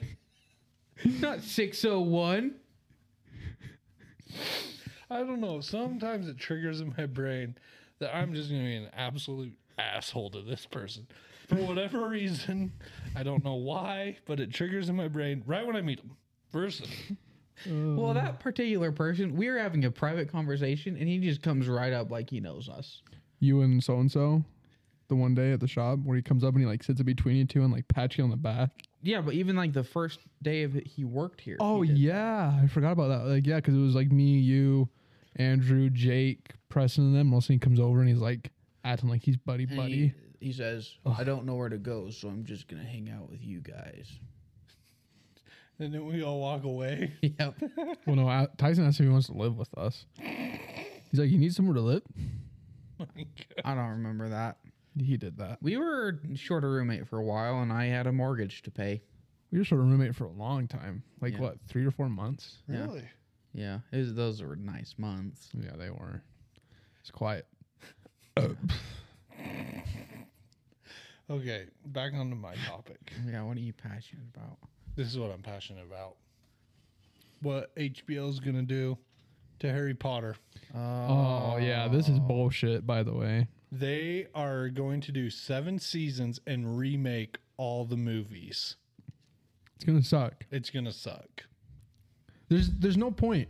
D: Not six oh one.
E: I don't know. Sometimes it triggers in my brain that I'm just going to be an absolute asshole to this person. For whatever reason, I don't know why, but it triggers in my brain right when I meet them. First,
D: Well, that particular person, we were having a private conversation, and he just comes right up like he knows us.
B: You and so and so, the one day at the shop where he comes up and he like sits in between you two and like pats you on the back.
D: Yeah, but even like the first day of he worked here.
B: Oh
D: he did.
B: yeah, I forgot about that. Like yeah, because it was like me, you, Andrew, Jake, Preston, and them. All of a sudden he comes over and he's like acting like he's buddy
D: And
B: buddy.
D: He, he says, "I don't know where to go, so I'm just gonna hang out with you guys."
E: and then we all walk away.
D: [laughs]
E: [laughs]
D: Yep.
B: Well, no, I- Tyson asked if he wants to live with us. He's like, you need somewhere to live.
D: I don't remember that.
B: He did that.
D: We were short a roommate for a while, and I had a mortgage to pay.
B: We were sort of roommate for a long time, like
D: Yeah.
B: what, three or four months.
D: Yeah. Yeah, it was, those were nice months.
B: Yeah, they were. It's quiet.
E: Okay, back onto my topic.
D: Yeah, what are you passionate about?
E: This is what I'm passionate about. What HBO is going to do to Harry Potter.
B: Oh, yeah, this is bullshit. By the way,
E: They are going to do seven seasons and remake all the movies.
B: it's gonna suck.
E: It's gonna suck.
B: There's there's no point.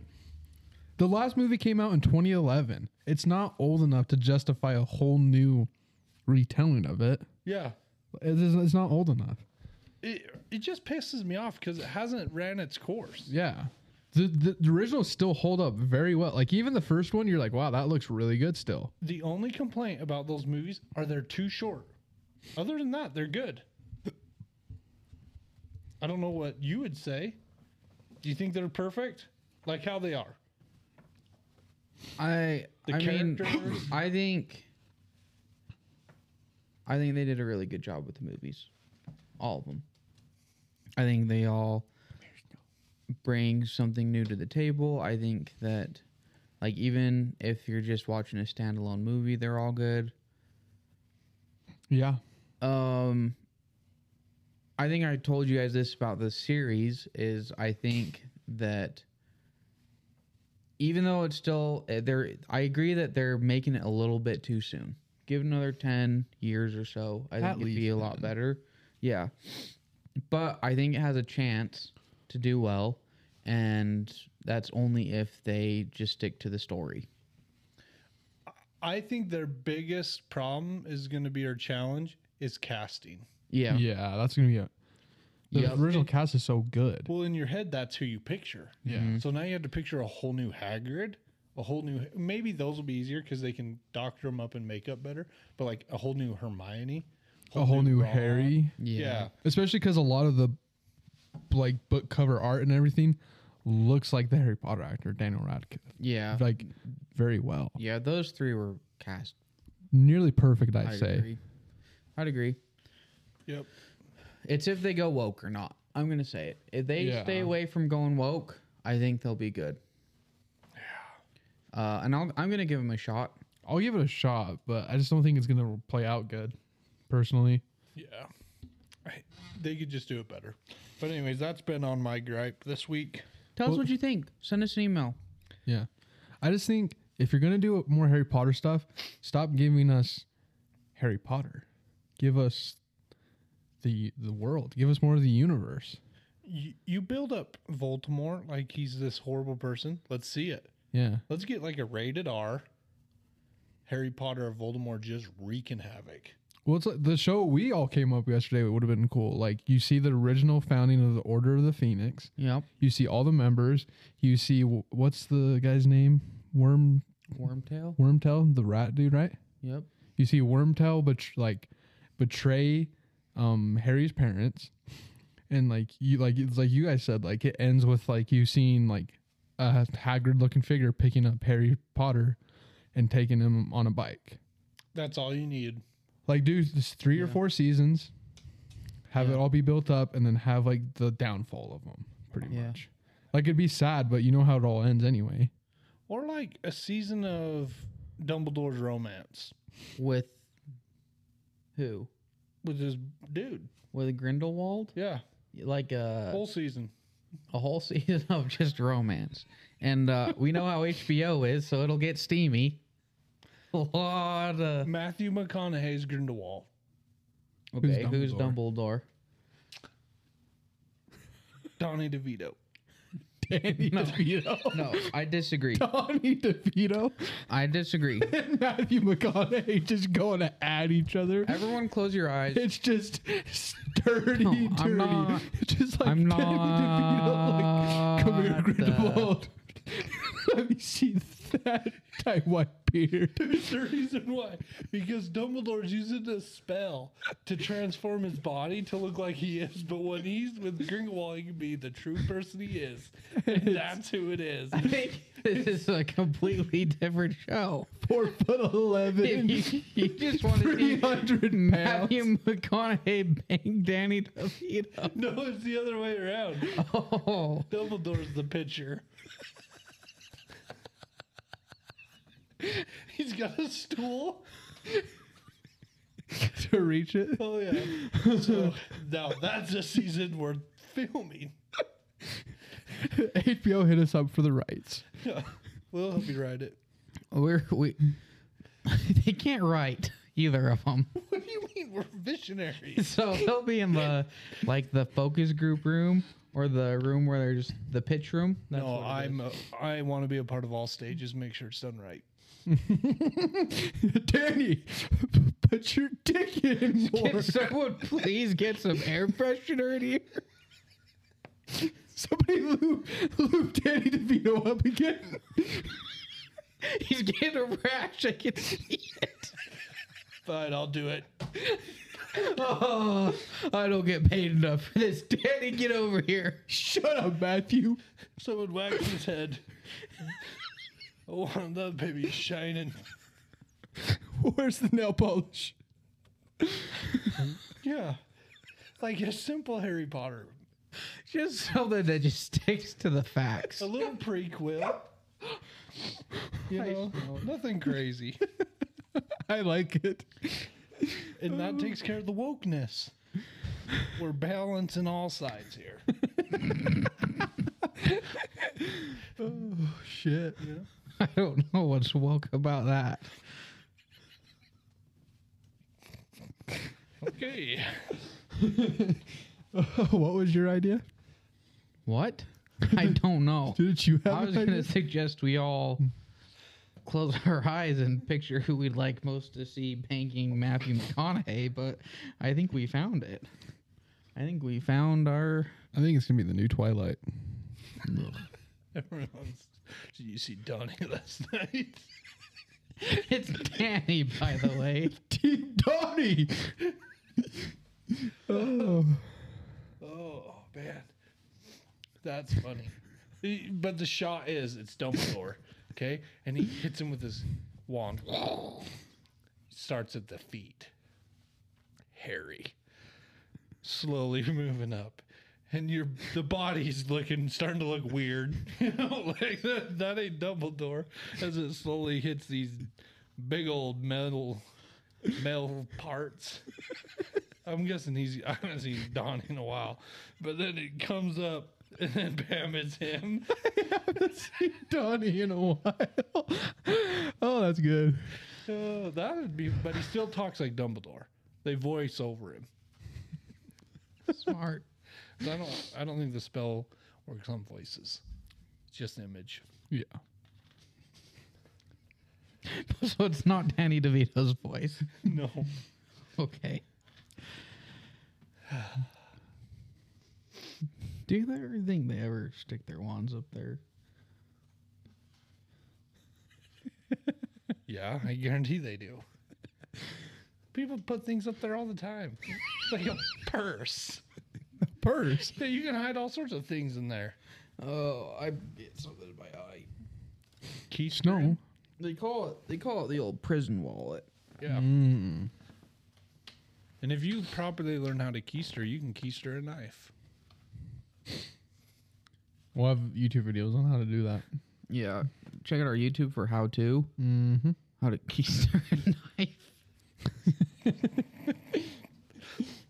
B: The last movie came out in 2011. It's not old enough to justify a whole new retelling of it.
E: Yeah.
B: It is, it's not old enough.
E: It, it just pisses me off because it hasn't ran its course.
B: Yeah. The, the, the originals still hold up very well. Like even the first one, you're like, wow, that looks really good still.
E: The only complaint about those movies are they're too short. Other than that, they're good. I don't know what you would say. Do you think they're perfect? Like how they are?
D: I
E: The
D: I mean, [laughs]
E: characters.
D: I think I think they did a really good job with the movies, all of them. I think they all bring something new to the table. I think that, like, even if you're just watching a standalone movie, they're all good.
B: Yeah.
D: Um, I think I told you guys this about the series is I think that even though it's still eh, they're I agree that they're making it a little bit too soon. Give it another ten years or so, I
B: At
D: think it'd be a
B: least
D: lot
B: 10.
D: better. Yeah, but I think it has a chance to do well, and that's only if they just stick to the story.
E: I think their biggest problem is going to be our challenge is casting.
D: Yeah,
B: Yeah. That's going to be a. The
D: Yep.
B: original cast is so good.
E: Well, in your head, that's who you picture.
B: Yeah.
E: So now you have to picture a whole new Hagrid, a whole new. Maybe those will be easier because they can doctor them up and make up better. But like a whole new Hermione,
B: a whole new
E: Ron.
B: Harry.
E: Yeah.
B: Especially because a lot of the like book cover art and everything looks like the Harry Potter actor, Daniel Radcliffe.
D: yeah,
B: Like very well.
D: yeah. Those three were cast
B: Nearly perfect, I'd
D: I'd
B: say.
D: Agree. I'd agree.
E: Yep.
D: It's if they go woke or not. I'm gonna say it. If they
B: Yeah.
D: stay away from going woke, I think they'll be good. Yeah. Uh, and I'll, I'm gonna give them a shot.
B: I'll give it a shot, but I just don't think it's going to play out good personally.
E: Yeah. I- They could just do it better. But anyways, that's been on my gripe this week.
D: Tell us what you think. Send us an email.
B: Yeah. I just think if you're going to do more Harry Potter stuff, stop giving us Harry Potter. Give us the the world. Give us more of the universe.
E: You, you build up Voldemort like he's this horrible person. Let's see it.
B: Yeah.
E: Let's get like a rated R. Harry Potter of Voldemort just wreaking havoc.
B: Well, it's like the show we all came up yesterday would have been cool. Like you see the original founding of the Order of the Phoenix.
D: Yep.
B: You see all the members. You see wh- what's the guy's name? Worm
D: Wormtail.
B: Wormtail, the rat dude, right?
D: Yep.
B: You see Wormtail but like betray um Harry's parents. And like you like it's like you guys said like it ends with like you seeing like a haggard looking figure picking up Harry Potter and taking him on a bike.
E: That's all you need.
B: Like do this three or
D: Yeah.
B: four seasons, have
D: Yeah.
B: it all be built up, and then have like the downfall of them, pretty
D: Yeah.
B: much. Like it'd be sad, but you know how it all
D: [laughs]
B: ends anyway.
E: Or like a season of Dumbledore's romance
D: With who?
E: with this dude.
D: With Grindelwald?
E: Yeah.
D: Like a
E: Whole season.
D: a whole [laughs] season of just romance. And uh, we know how HBO is, so it'll get steamy. [laughs] A lot of
E: Matthew McConaughey's Grindelwald.
D: okay. Who's Dumbledore?
B: Dumbledore?
E: Donnie DeVito. [laughs]
B: [laughs] Danny DeVito,
D: No, I disagree. [laughs]
B: Donnie DeVito,
D: I disagree.
B: and [laughs] Matthew McConaughey just going to at each other.
D: Everyone, close your eyes. [laughs]
B: It's just sturdy,
D: No, I'm
B: dirty.
D: not-
B: It's [laughs] just like
D: I'm
B: Danny DeVito. Like, come here,
D: not, uh,
B: Grindelwald. [laughs] Let me see that tight white beard.
E: There's the reason why. Because Dumbledore's using a spell to transform his body to look like he is, but when he's with Grindelwald, he can be the true person he is. And that's who it is.
D: I think this is a completely different show.
B: four foot eleven,
D: If [laughs] you, you just want to
B: three
D: [laughs] see
B: hundred pounds.
D: Matthew McConaughey bang Danny DeVito.
E: No, it's the other way around.
D: Oh,
E: Dumbledore's the pitcher. [laughs] He's got a stool.
B: to reach it.
E: Oh yeah. [laughs] So now that's a season worth filming. [laughs]
B: HBO hit us up for the rights. [laughs]
E: Yeah. We'll help you write it.
D: we're we. [laughs] they can't write either of them,
E: [laughs] What do you mean we're visionaries?
D: so they'll be in the like the focus group room or the room where there's the pitch room. That's
E: no,
D: what it is.
E: I'm. A, I want to be a part of all stages. Make sure it's done right.
B: Danny, put your dick in
D: [laughs]
B: fucking
D: Can
B: [laughs]
D: someone please get some air freshener in here?
B: Somebody loop, loop Danny DeVito up again.
D: He's getting a rash. I can see it.
E: Fine, I'll do it.
D: Oh, I don't get paid enough for this. Danny, get over here.
B: Shut up, Matthew.
E: Someone whacks his head. [laughs] I want that baby shining.
B: [laughs] Where's the nail polish? [laughs]
E: Yeah. Like a simple Harry Potter.
D: Just something that just sticks to the facts.
E: A little prequel. You know, nothing crazy. [laughs]
B: I like it.
E: And that takes care of the wokeness. We're balancing all sides here.
B: Shit.
D: I don't know what's woke about that.
E: Okay.
B: what was your idea?
D: What? I don't
B: [laughs]
D: know.
B: Did you have
D: I was
B: an
D: going to
B: idea?
D: suggest we all close our eyes and picture who we'd like most to see banking Matthew McConaughey, but I think we found it. I think we found our. [laughs]
B: I think it's gonna be the new Twilight.
E: Everyone's. Did you see Donnie last [laughs] night?
D: It's Danny, by the way.
B: Team Donnie. oh,
E: Oh, man. That's funny. He- But the shot is it's Dumbledore. Okay? And he hits him with his wand. Starts at the feet. Harry. Slowly [laughs] moving up. And your the body's looking starting to look weird. [laughs] You know, like that, that ain't Dumbledore as it slowly hits these big old metal metal parts. I'm guessing he's [laughs] I haven't seen Don in a while. But then it comes up and then bam it's him.
B: [laughs]
E: [laughs]
B: Donnie in a while. [laughs] oh, that's good.
E: Uh, that would be but he still talks like Dumbledore. They voice over him.
D: Smart. [laughs]
E: So I don't I don't think the spell works on voices. It's just an image.
B: Yeah.
D: So it's not Danny DeVito's voice.
E: No.
D: [laughs] Okay. [sighs] Do they ever think they ever stick their wands up there?
E: yeah, I guarantee they do. People put things up there all the time. It's like a purse.
B: Purse.
E: Yeah, you can hide all sorts of things in there.
D: Oh, I get something in my eye.
E: Key
B: No.
D: They call it they call it the old prison wallet.
E: Yeah. And if you properly learn how to keister, you can keister a knife.
B: We'll have YouTube videos on how to do that.
D: Yeah. Check out our YouTube for how to. Mm-hmm. How to [laughs] keister a knife.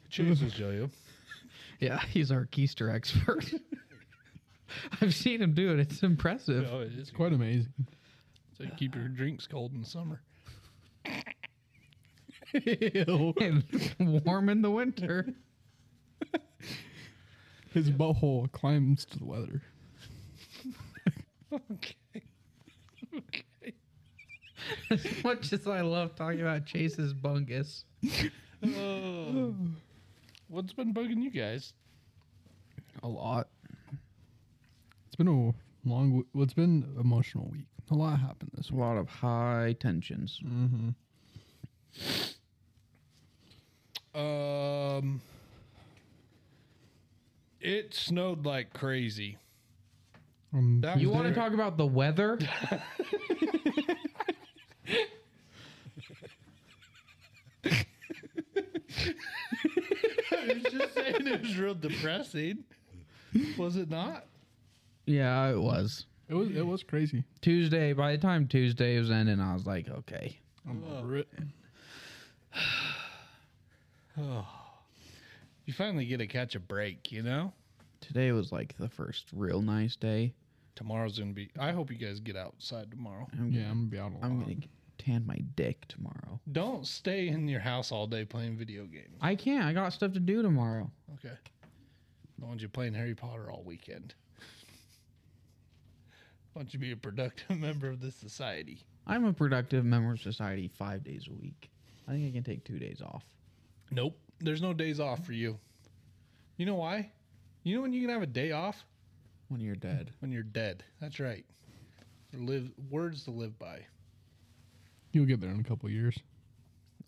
E: Chase will show you.
D: Yeah, [laughs] he's our keister expert. [laughs] I've seen him do it. It's impressive.
E: Oh, it is.
B: Quite amazing.
E: So you keep your drinks cold in the summer. [laughs]
D: [laughs] And warm in the winter. [laughs]
B: His butthole climbs to the weather.
E: Okay. Okay.
D: As much as I love talking about Chase's bungus.
E: Oh. What's been bugging you guys?
D: A lot.
B: It's been a long. w- Well, it's been an emotional week. A lot happened this
D: A
B: week.
D: lot of high tensions.
B: Mm-hmm.
E: Um, it snowed like crazy.
B: Um,
E: That
D: You
E: was
D: want to
E: the- [laughs]
D: talk about the weather?
E: I was just saying it was real depressing. [laughs] Was it not?
D: yeah, it was.
B: it was it was crazy.
D: Tuesday, by the time Tuesday was ending, I was like, okay.
B: Uh,
E: You finally get to catch a break, you know?
D: Today was like the first real nice day.
E: Tomorrow's gonna be. I hope you guys get outside tomorrow.
D: I'm,
B: Yeah, I'm gonna be out a lot.
D: I'm going to tan my dick tomorrow.
E: Don't stay in your house all day playing video games.
D: I can't. I got stuff to do tomorrow.
E: Okay. I want you playing Harry Potter all weekend. I want you to be a productive [laughs] member of this society.
D: I'm a productive member of society five days a week. I think I can take two days off.
E: Nope. There's no days off for you. You know why? You know when you can have a day off?
D: When you're dead.
E: When you're dead. That's right. Live words to live by.
B: You'll get there in a couple of years.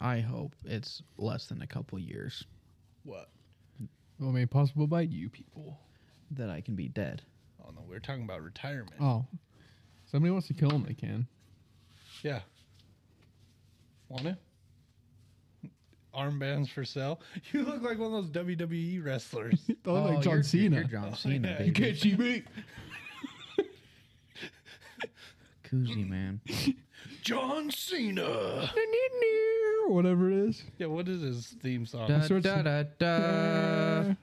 D: I hope it's less than a couple years
E: What?
B: Well, made possible by you people.
D: that I can be dead.
E: Oh no, we were talking about retirement.
B: Oh, somebody wants to kill him. They can.
E: Yeah. Wanna? Armbands for sale. [laughs] You look like one of those WWE
D: [laughs]
E: wrestlers.
B: They look Oh, like John
D: Oh, you're,
B: Cena.
D: You're
B: [laughs]
D: John Cena,
E: yeah.
D: baby.
B: Can't you beat?
D: Koozie, man.
E: John Cena.
D: [laughs]
B: Whatever it is.
E: Yeah, what is his theme song?
D: da,
B: sorts
D: da,
B: of-
D: da, da.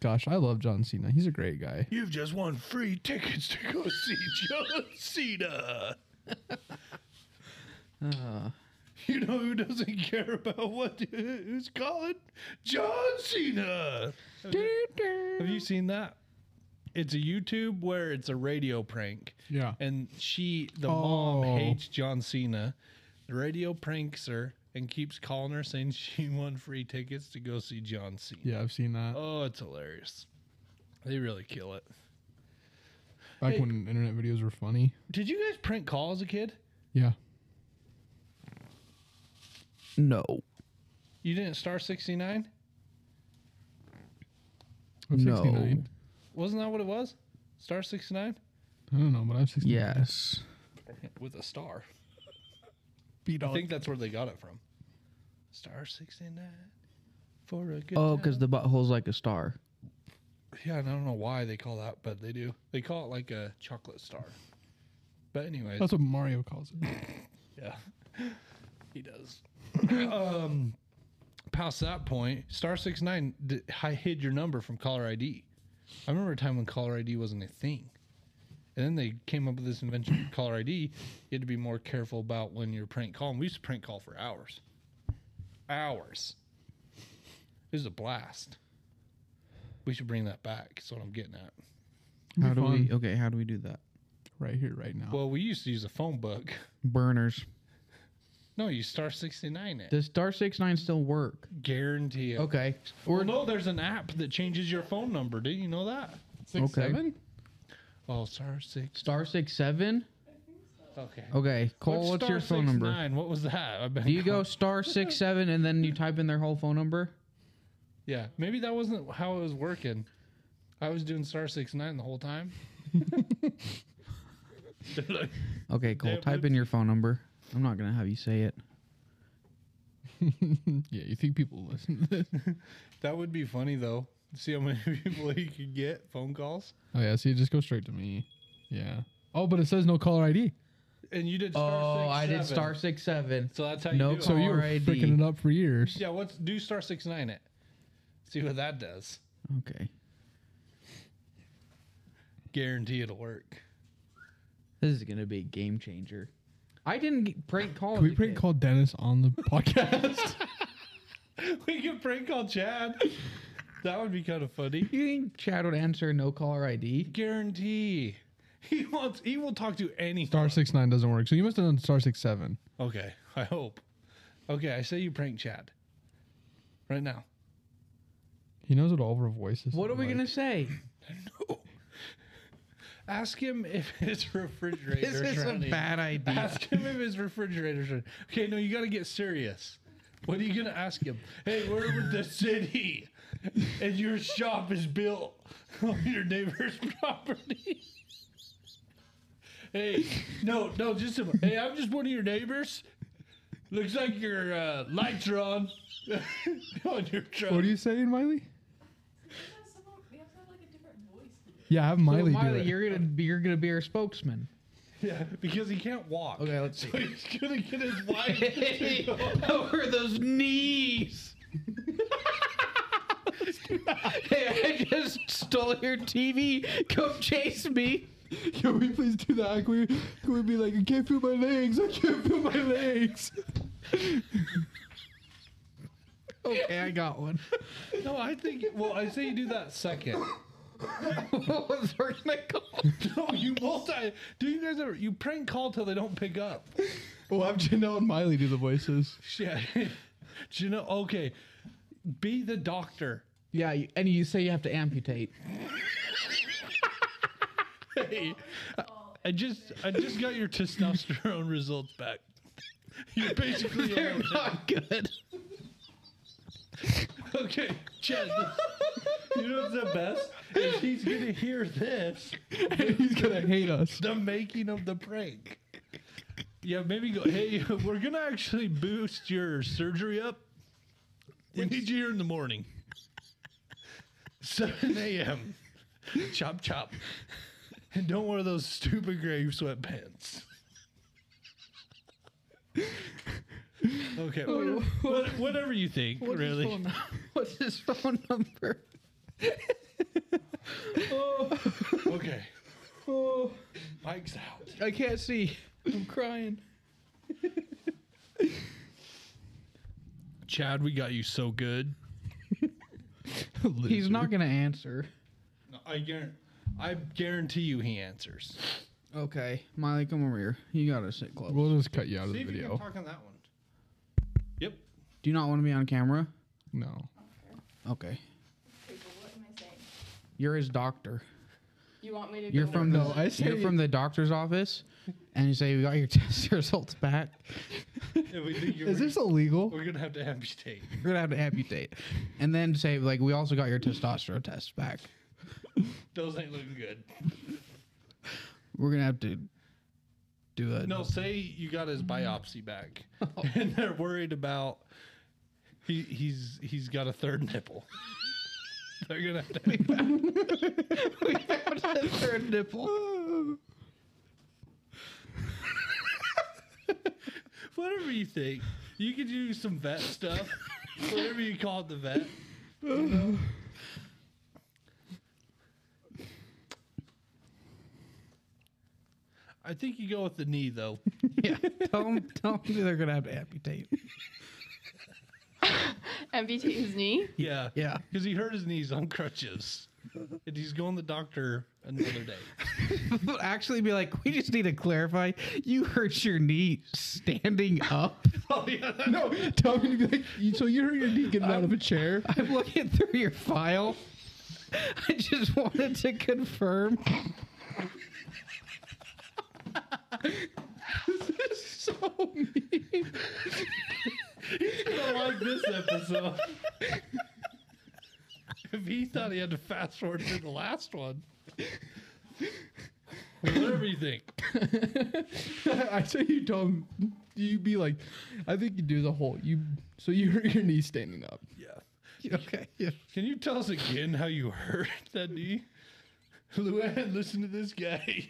B: Gosh, I love John Cena. He's a
D: [laughs]
B: great guy.
E: You've just won free tickets to go see [laughs] John Cena.
D: Uh,
E: You know who doesn't care about what [laughs] who's calling? John Cena. Have you seen that? It's a YouTube where it's a radio prank.
B: Yeah.
E: And she, the
B: Oh.
E: mom, hates John Cena. The radio pranks her and keeps calling her saying [laughs] she won free tickets to go see John Cena.
B: Yeah, I've seen that.
E: Oh, it's hilarious. They really kill it.
B: Back
E: hey.
B: when internet videos were funny.
E: Did you guys prank call as a kid?
B: Yeah.
D: no.
E: You didn't star 69?
B: I'm
D: No.
B: 69.
E: Wasn't that what it was? Star 69?
B: I don't know, but I'm 69.
D: Yes.
E: With a star.
B: [laughs] Beat
E: I
B: all.
E: think that's where they got it from. Star 69 for a good
D: Oh, because
E: time.
D: the butthole's like a star.
E: Yeah, and I don't know why they call that, but they do. They call it like a chocolate star. But anyways,
B: That's what Mario calls it. [laughs]
E: yeah. [laughs] He does. um past that point, Star 69 d- I hid your number from caller ID. I remember a time when caller ID wasn't a thing. And then they came up with this invention [coughs] of caller ID. You had to be more careful about when you're prank calling. We used to prank call for hours. Hours. It was a blast. We should bring that back. That's what I'm getting at.
B: It'd be
D: How do
B: fun.
D: we? Okay, how do we do that?
B: Right here, right now.
E: Well, we used to use a phone book. [laughs]
D: Burners.
E: No, you star 69 it.
D: Does Star Six Nine still work?
E: Guarantee it.
D: Okay. Or
E: Well, no, there's an app that changes your phone number. Did you know that?
B: Six,
D: okay.
B: seven?
E: Oh, star six.
D: Star Six Seven.
E: Okay.
D: Okay, Cole,
E: What's
D: what's,
E: star
D: your phone
E: six
D: number?
E: Nine. What was that? I've been
D: Do you go
E: called-
D: star six seven and then you type in their whole phone number?
E: [laughs] Yeah, maybe that wasn't how it was working. I was doing star six nine the whole time.
D: Okay, Cole,
E: Damn,
D: type in your phone number. I'm not gonna have you say it.
B: Yeah, you think people listen to this?
E: [laughs]
B: [laughs]
E: that would be funny though. See how many [laughs] people you could get phone calls.
B: Oh, yeah. See, it just goes straight to me. Yeah. Oh, but it says no caller ID.
E: And you did. Star
D: oh,
E: six,
D: I did
E: seven.
D: star six seven.
E: So that's how you
D: No
E: do.
B: So
E: it.
B: you were
D: Caller ID.
B: freaking it up for years.
E: Yeah. What's do star six nine it? See what that does.
D: Okay,
E: Guarantee it'll work.
D: this is gonna be a game changer. I didn't get prank call.
B: Can
D: as
B: we
D: a
B: prank
D: kid.
B: call Dennis on the [laughs]
E: [laughs]
B: podcast?
E: we could prank call Chad. That would be kind of funny.
D: You think Chad would answer no caller ID?
E: Guarantee. He wants. He will talk to any.
B: star six nine doesn't work. So you must have done star six seven.
E: Okay, I hope. Okay, I say you prank Chad. Right now.
B: He knows what all of our voices.
D: What are we
B: like.
D: gonna say?
E: Ask him if [laughs] his
D: This
E: refrigerator's
D: is a [laughs]
E: running.
D: bad
E: [laughs]
D: idea.
E: Ask him if his refrigerator's running. Okay, no, you got to get serious. What are you gonna ask him? Hey, we're in the city, and your shop is built on your neighbor's property. [laughs] Hey, no, no, just a, hey, I'm just one of your neighbors. Looks like your uh, lights are on [laughs] on your truck.
B: What are you saying, Miley?
F: We have someone. We have to have like a different voice.
B: Yeah, have
D: So,
B: Miley, do
D: Miley,
B: [laughs] it.
D: you're gonna be, you're gonna be our spokesman.
E: Yeah, because he can't walk.
D: Okay, let's [laughs]
E: so
D: see.
E: [laughs] he's gonna get his
D: [laughs]
E: wife.
D: Hey, how are those knees? [laughs] hey, I just stole your TV. Come chase me.
B: Can we please do that? Can we, can we be like, I can't feel my legs. I can't feel my legs.
D: Okay, I got one.
E: No, I think. Well, I say you do that second.
D: [laughs] what was her gonna call?
E: [laughs] No, you multi. Do you guys ever you prank call till they don't pick up? [laughs]
B: Oh, We'll have Janelle and Miley do the voices.
E: Shit. Do you know? Okay, be the doctor. [laughs]
D: Yeah, you- and you say you have to amputate.
E: Hey, I- I just I just got your testosterone [laughs] results back. You're basically
D: They're
E: allowed-
D: not good.
E: okay, Chad. You know what's the best? Is he's gonna hear this.
B: He's gonna hate us.
E: the making of the prank. Yeah, maybe go. Hey, [laughs] we're gonna actually boost your surgery up. We need you here in the morning, seven a.m. Chop chop, and don't wear those stupid gray sweatpants. Okay, whatever, what- whatever you think, really.
D: What's his phone number?
E: Okay,
D: Oh,
E: Mike's out.
D: I can't see. I'm crying.
E: Chad, we got you so good.
D: [laughs] He's not gonna answer.
E: I guarantee, I guarantee you, he answers.
D: Okay, Miley, come over here. You gotta sit close.
B: We'll just cut you out of the
E: See if you can
B: video.
E: talk on that one. Yep.
D: Do you not want to be on camera?
B: No.
D: Okay,
F: People, what am I saying?
D: you're his doctor.
F: You want me to
D: You're
F: go
D: from
F: over
D: the
B: No, I say-
D: you're from the doctor's office, and you say you got your [laughs] test results back.
B: Is this illegal?
E: We're gonna have to amputate.
D: You're gonna have to amputate, and then say like, "We also got your testosterone test back.
E: Those ain't looking good.
D: We're gonna have to do a [laughs]
E: No, say you got his biopsy back, [laughs] and they're worried about he he's he's got a third nipple. [laughs] they're gonna have to [laughs]
D: we found a third nipple.
E: whatever you think. You could do some vet stuff, whatever you call it, the vet. I think you go with the knee though.
D: [laughs] yeah, tell them, tell them they're gonna have to amputate.
F: Amputate his knee.
E: [laughs] Yeah.
D: Yeah.
E: Because he hurt his knees on crutches. and he's going to the doctor another day.
D: [laughs] But actually, be like, we just need to clarify. You hurt your knee standing up.
E: [laughs] oh, yeah. No.
B: [laughs] Tell him to be like, "You- so you hurt your knee getting out of a chair?
D: [laughs] I'm looking through your file. [laughs] I just wanted to
B: [laughs]
D: confirm. this is so mean.
E: I like this episode. [laughs] if he thought he had to fast forward to the last one. Whatever you think.
B: [laughs] I say you tell him. You be like, I think you do the whole. You so you hurt your [laughs] knee standing up.
E: Yeah.
D: [laughs] Okay. Yeah.
E: Can you tell us again how you hurt that knee? Luann, listen to this guy.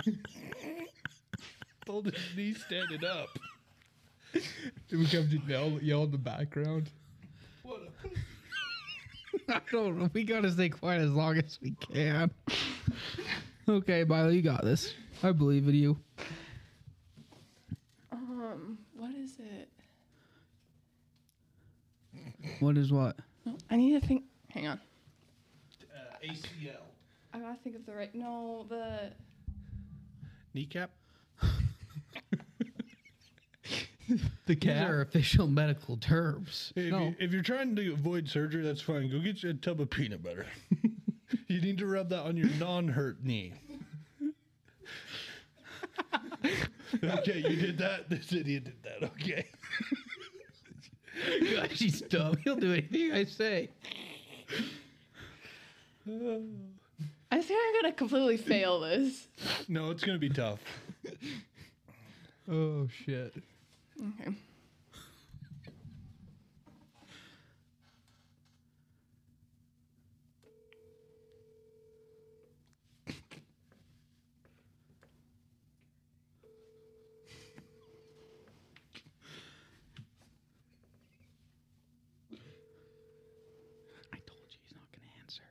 E: Pulled his knee standing up.
B: It becomes yell, yell in the background.
E: What
D: [laughs]
E: a
D: I don't know. We gotta stay quiet as long as we can. Okay, Miley, you got this. I believe in you.
F: Um, what is it?
D: What is what?
F: I need to think. Hang on.
E: uh, ACL.
F: I gotta think of the right. No, the
D: [laughs]
E: Kneecap?
B: The
D: These
B: cat.
D: are official medical terms. [laughs]
E: If, you, if you're trying to avoid surgery, that's fine. Go get you a tub of peanut [laughs] butter. you need to rub that on your non-hurt knee. okay, you did that. [laughs] This idiot did that. [laughs] Okay.
D: God, she's dumb. He'll do anything I say.
F: I think I'm gonna completely fail this.
E: No, it's gonna be tough.
B: Oh shit. [laughs]
F: Okay.
D: I told you he's not gonna answer.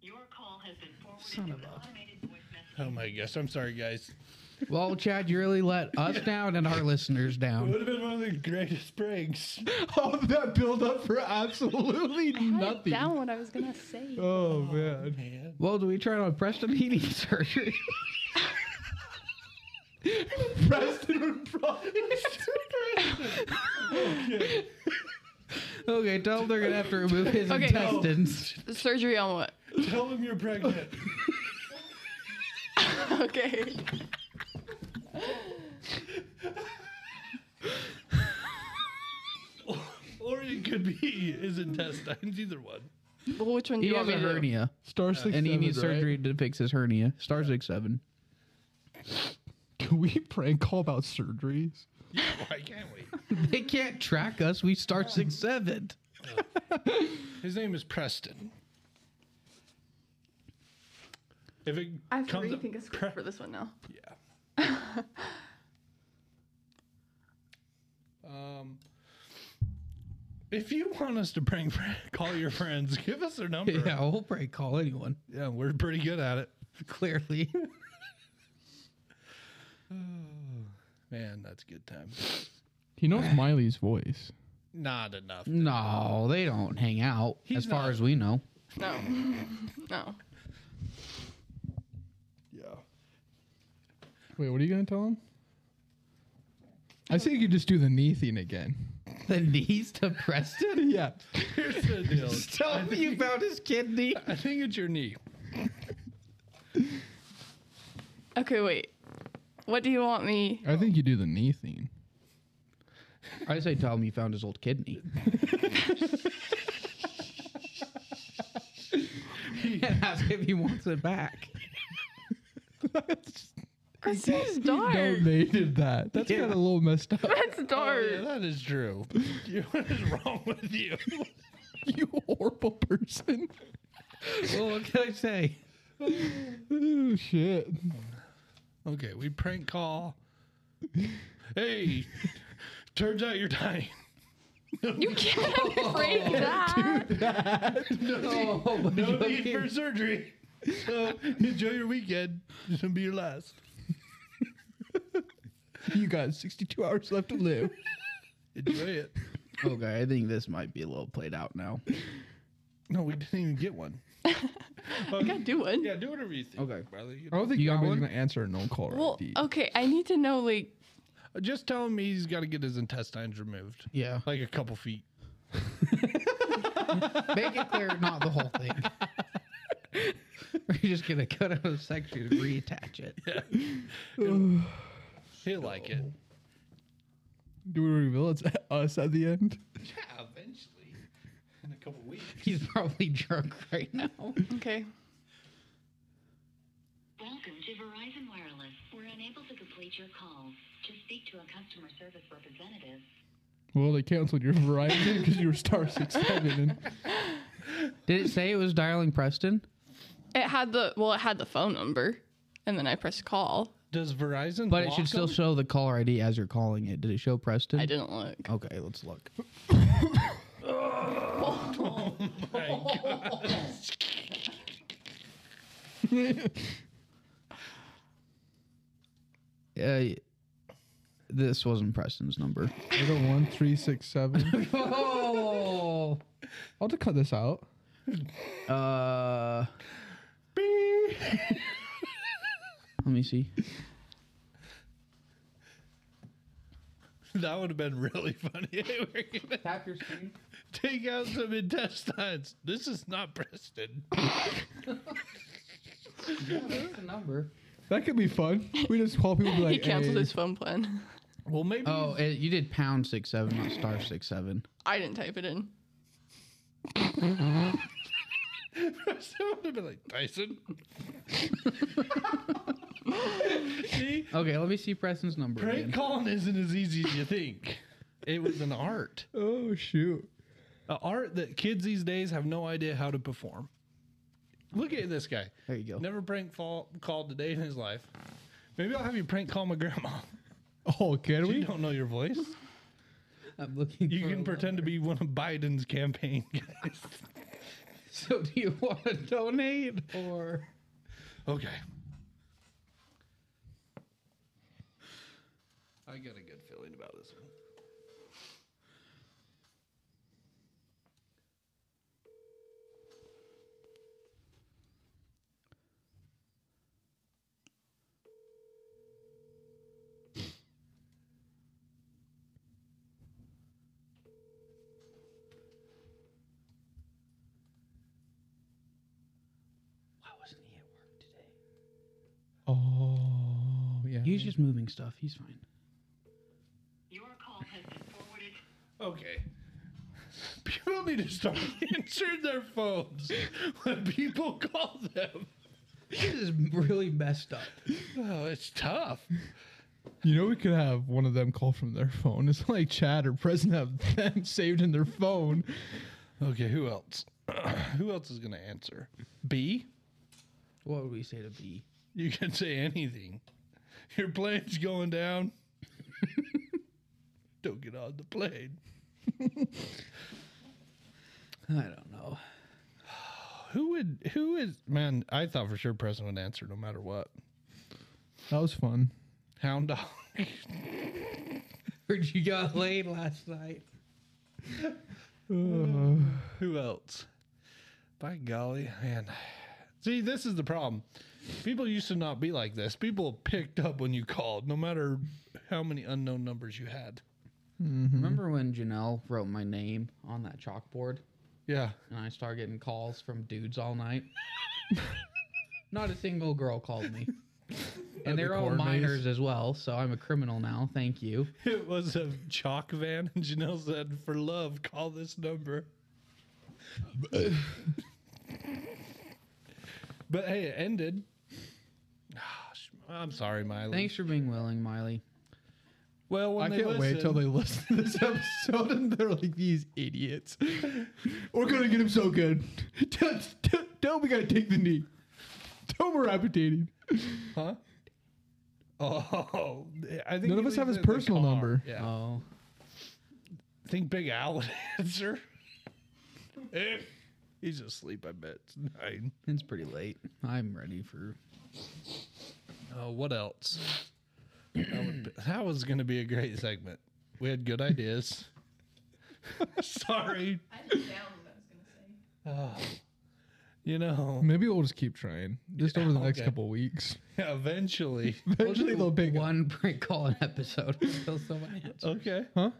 G: Your call has been forwarded
D: Son
G: to
D: of
G: an
D: a-
G: automated voice message.
E: Oh my gosh. I'm sorry, guys.
D: Well, Chad, you really let us down and our listeners down.
E: would have been one of the greatest pranks.
B: All of Oh, that build up for absolutely
G: I had it
B: nothing.
G: down what I was
D: [laughs]
G: gonna say.
B: Oh man.
E: Man.
D: Well, do we try on Preston needing [laughs] surgery?
B: Preston would probably
D: okay, tell them they're gonna have to remove his
G: Okay.
D: intestines.
G: Surgery on what? [laughs]
E: Tell him you're pregnant. [laughs]
G: okay.
E: or it could be his intestines, either one.
G: Well, which one do
D: He
G: you
D: has a
G: want me to do?
D: hernia,
B: Star six.
D: and he needs
B: right? [laughs]
D: surgery to fix his hernia. Star six seven.
B: Can we prank call about surgeries?
E: Yeah, why can't we?
D: They can't track us. We star six seven.
E: His name is Preston. If it
G: I have to
E: comes up,
G: rethink a script for this one now.
E: yeah.
G: [laughs]
E: um, if you want us to bring, fri- call your friends. [laughs] Give us their number.
D: Yeah, we'll probably call anyone.
E: yeah, we're pretty good at it.
D: Clearly, [laughs]
E: Man, that's good time.
B: He knows Miley's voice.
E: Not enough.
D: no, they don't hang out as far as we know. [laughs]
G: No. no.
B: Wait, what are you gonna tell him? I say you could just do the knee thing again.
D: The knees to Preston.
B: [laughs] yeah.
E: Here's the deal.
D: [laughs] Tell him you found his kidney.
E: I think it's your knee.
G: Okay, wait. What do you want me?
B: I think you do the knee thing.
D: I say tell him you found his old [laughs] kidney. and ask if he wants it back.
G: This
B: [laughs]
G: is dark.
B: Donated that. That's kind of a little messed up. [laughs]
G: That's dark.
D: Oh,
E: Yeah, that is true. [laughs] You- what is wrong with you?
B: you horrible person.
D: Well, [laughs] what can I say?
B: Oh shit.
E: Okay, we prank call. Hey, turns out you're dying.
G: You can't [laughs] break that.
D: Oh,
E: No need for surgery. So enjoy your weekend. This will be your last.
B: You got 62 hours left to [laughs] live.
E: Enjoy it.
D: okay, I think this might be a little played out now.
E: No, we didn't even get one. Um,
G: Do one.
E: yeah, do whatever you think.
D: Okay.
E: brother. You-
B: I don't think
D: You got
B: anybody's
D: one?
B: gonna answer a no call or
G: Well,
B: ID.
G: okay. I need to know like
E: Just tell him he's got to get his intestines removed,
D: Yeah.
E: like a couple feet.
D: Make it clear, not the whole thing. We're just gonna cut out a section and reattach it.
E: He'll like it.
B: Do we reveal it's [laughs] us at the end?
E: Yeah, eventually. In a couple weeks.
D: He's probably drunk right now.
G: okay.
H: Welcome to Verizon Wireless. We're unable to complete your call. To speak to a customer service representative,
B: Well, they canceled your Verizon [laughs] because you were star six seven. [laughs] And
D: Did it say it was dialing Preston?
G: It had the well, it had the phone number, and then I pressed call.
E: Does Verizon?
D: But it
E: block
D: should still
E: them?
D: show the caller ID as you're calling it. Did it show Preston?
G: I didn't look.
D: Okay, let's look. [laughs] Uh, this wasn't Preston's number.
B: the one three six [laughs] seven.
D: Oh.
B: I'll just cut this out.
D: Uh. Let me see.
E: [laughs] That would have been really funny. [laughs] We're gonna
D: Tap your screen.
E: take out some intestines. This is not Preston.
D: That's the number.
B: That could be fun. We just call people and be
G: [laughs] He
B: like,
G: canceled
B: "Hey."
G: his phone plan. [laughs]
E: Well, maybe.
D: Oh, it, you did pound six seven, not star six seven.
G: I didn't type it in.
E: [laughs] Preston would have been like Tyson. [laughs] See,
D: Okay, let me see Preston's number.
E: prank
D: again.
E: calling isn't as easy as you think. It was an art,
B: Oh shoot.
E: an art that kids these days have no idea how to perform. Look at this guy.
D: There you go.
E: Never prank fall, called a day in his life. Maybe I'll have you prank call my grandma.
B: Oh, can
E: We
B: we?
E: don't know your voice.
D: I'm looking.
E: You
D: for
E: can
D: a-
E: pretend to be one of Biden's campaign guys.
D: [laughs] So, do you want to donate or?
E: Okay. I got a good feeling about this one.
B: Oh yeah.
I: He's just moving stuff. He's [laughs] fine.
H: Your call has been forwarded.
E: Okay. People need to start [laughs] answering their phones when people call them.
I: This is really messed up.
E: Oh, it's tough.
B: You know, we could have one of them call from their phone. It's like chat or present have [laughs] them saved in their phone.
E: Okay, who else? [clears throat] who else is gonna answer? B.
I: What would we say to B?
E: You can say anything. Your plane's going down. [laughs] Don't get on the plane.
I: I don't
D: [laughs]
I: know.
E: Who would? Who is? Man, I thought for sure Preston would answer no matter what.
B: That was fun.
E: Hound dog. [laughs]
I: Heard you got laid last night.
E: Who else? By golly, man. See, this is the problem. People used to not be like this. People picked up when you called, no matter how many unknown numbers you had.
I: Mm-hmm.
D: Remember when Janelle wrote my name on that chalkboard
E: Yeah. [laughs]
D: and I started getting calls from dudes
I: [laughs]
D: all night? Not a single girl
I: [laughs]
D: called me. And they're all minors as well, so I'm a criminal now. Thank you.
E: It was a chalk van, and Janelle said, For love, call this number. but hey, it ended. [sighs] Gosh, I'm sorry, Miley.
D: Thanks for being willing, Miley.
E: Well, when
B: I
E: they
B: can't wait till
E: listen-
B: they listen to this episode and they're like, these idiots. We're going to get him so good. [laughs] Tell, tell, tell him we got to take the knee. Tell him we're appitating.
E: Huh? [laughs] Oh, I think
B: None of
E: he
B: us have
E: leaves
B: his
E: it in the
B: personal
E: car.
B: number.
E: Yeah.
D: Oh,
E: think Big Al would [laughs] answer. Eh, He's asleep, I bet. It's nine.
D: it's pretty late. I'm ready for.
E: Oh, what else? That, would be, that was going to be a great segment. We had good ideas. [laughs] Sorry.
F: I didn't down what I was gonna say.
E: You know,
B: Maybe we'll just keep trying. Just over the next
E: okay.
B: couple weeks.
E: eventually.
B: Eventually they'll pick up.
D: One prank call an episode [laughs] until someone answers.
E: Okay.
B: Huh?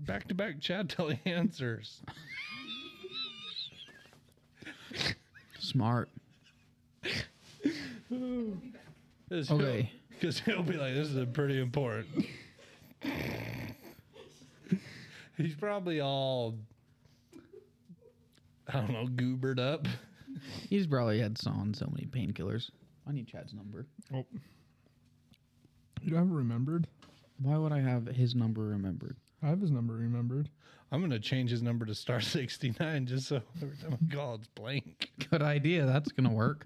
E: Back to back chat till he answers.
D: Smart.
E: Because
D: Okay.
E: he'll, 'cause he'll be like, this is pretty important. He's probably all, I don't know, goobered up.
D: He's probably had so on so many painkillers. I need Chad's number.
B: You have remembered?
D: Why would I have his number remembered?
B: I have his number remembered.
E: I'm going to change his number to star 69 just so every time I call, it's blank.
D: Good idea. That's gonna
E: [laughs]
D: work.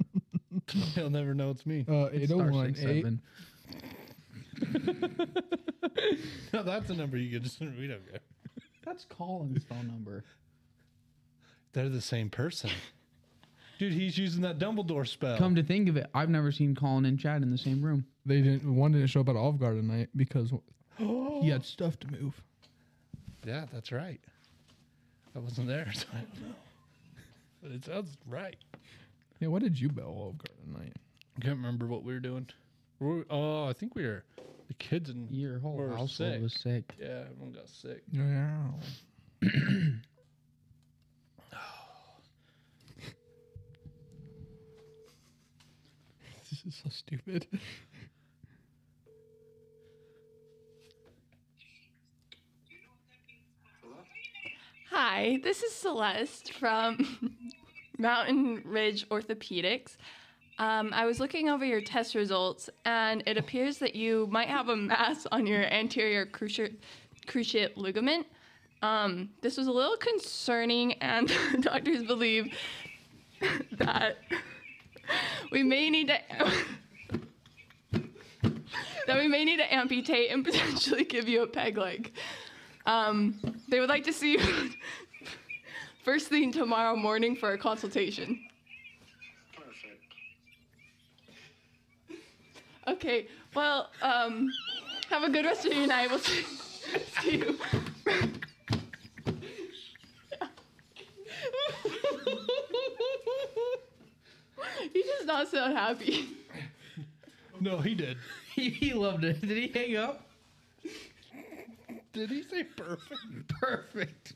E: He'll never know it's me.
B: Uh,
D: Star
B: 801
D: six seven.
E: [laughs] No, that's the number you get. Just, we don't care.
D: That's Colin's phone number.
E: They're the same person. Dude, he's using that Dumbledore spell.
D: Come to think of it, I've never seen Colin and Chad in the same room.
B: They didn't. One didn't show up at Olive Garden tonight because
D: [gasps]
B: he had stuff to move.
E: yeah, that's right. I wasn't there, so [laughs] I don't know. But it sounds right.
B: Yeah, why did you bail Olive Garden tonight?
E: I can't remember what we were doing. We're, oh, I think we were the kids and
D: Your whole
E: were
D: household
E: sick.
D: was sick.
E: yeah, everyone got sick.
B: Yeah. [laughs] this is so stupid.
G: Hi, this is Celeste from [laughs] Mountain Ridge Orthopedics. Um, I was looking over your test results, and it appears that you might have a mass on your anterior cruciate, cruciate ligament. Um, this was a little concerning, and [laughs] doctors believe [laughs] that we may need to [laughs] that we may need to amputate and potentially give you a peg leg. Um, they would like to see
J: [laughs]
G: you first thing tomorrow morning for a consultation.
H: Perfect.
J: Okay. Well, um, have a good rest of your night. We'll [laughs] see, see you. [laughs] he does not sound happy.
E: No, he did.
D: [laughs] he, he loved it. Did he hang up?
E: [laughs]
D: [laughs]
E: Did he say perfect?
D: Perfect.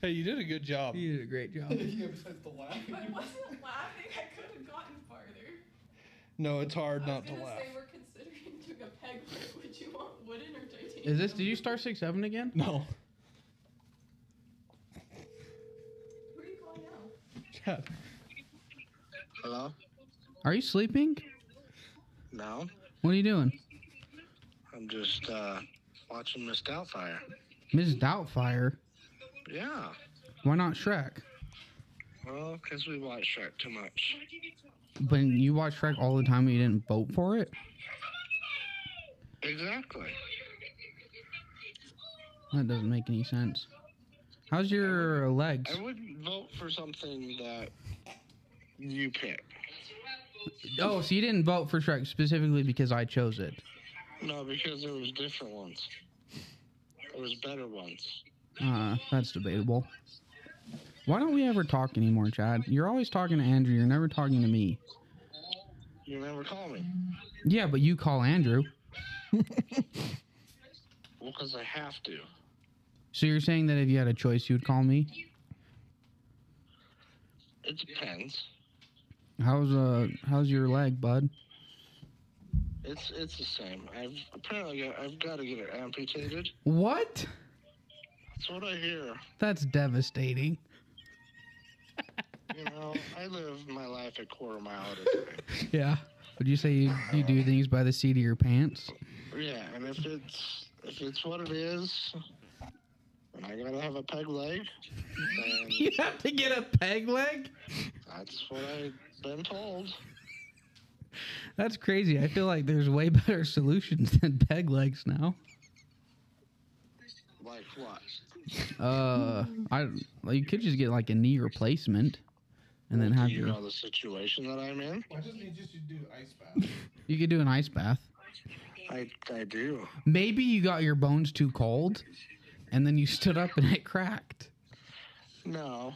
E: Hey, you did a good job.
D: You did a great
B: [laughs]
D: job.
G: I wasn't laughing. I could have gotten farther.
E: No, it's hard
G: I
E: not to
G: was gonna
E: laugh.
G: say we're considering doing a peg. but Would you want wooden or titanium?
D: Is this? Did you star six seven again?
E: No.
G: Who are you calling
E: God.
G: out?
K: Hello?
D: Are you sleeping?
K: No?
D: What are you doing,
K: I'm just uh, watching Miss Doubtfire.
D: Mrs. Doubtfire?
K: Yeah.
D: Why not Shrek?
K: Well, 'cause we watch Shrek too much.
D: But you watch Shrek all the time, and you didn't vote for it.
K: Exactly.
D: That doesn't make any sense. How's your legs?
K: I wouldn't vote for something that you pick.
D: Oh, so you didn't vote for Shrek specifically because I chose it.
K: No, because there was different ones. There was better ones.
D: Uh, that's debatable. Why don't we ever talk anymore, Chad? You're always talking to Andrew. You're never talking to me.
K: You never call me.
D: Yeah, but you call Andrew.
K: Well, 'cause I have to.
D: So you're saying that if you had a choice, you would call me?
K: It depends.
D: How's uh, how's your leg, bud?
K: It's it's the same. I've apparently got, I've got to get it amputated.
D: What?
K: That's what I hear.
D: That's devastating.
K: You know, I live my life a quarter mile at a time.
D: Yeah. Would you say you, you do things by the seat of your pants? [laughs]
K: Yeah, and if it's if it's what it is, and I gotta have a peg leg,
D: [laughs]
K: then
D: You have to get a peg leg?
K: that's what I've been told.
D: That's crazy. I feel like there's way [laughs] better solutions than peg legs now.
K: Like what?
D: Uh, I well, you could just get like a knee replacement, and then
K: Do
D: have
K: you
D: your
K: know the situation that I'm in?
D: you could do an ice bath.
K: I I do.
D: Maybe you got your bones too cold, and then you stood up and [laughs] it cracked.
K: No,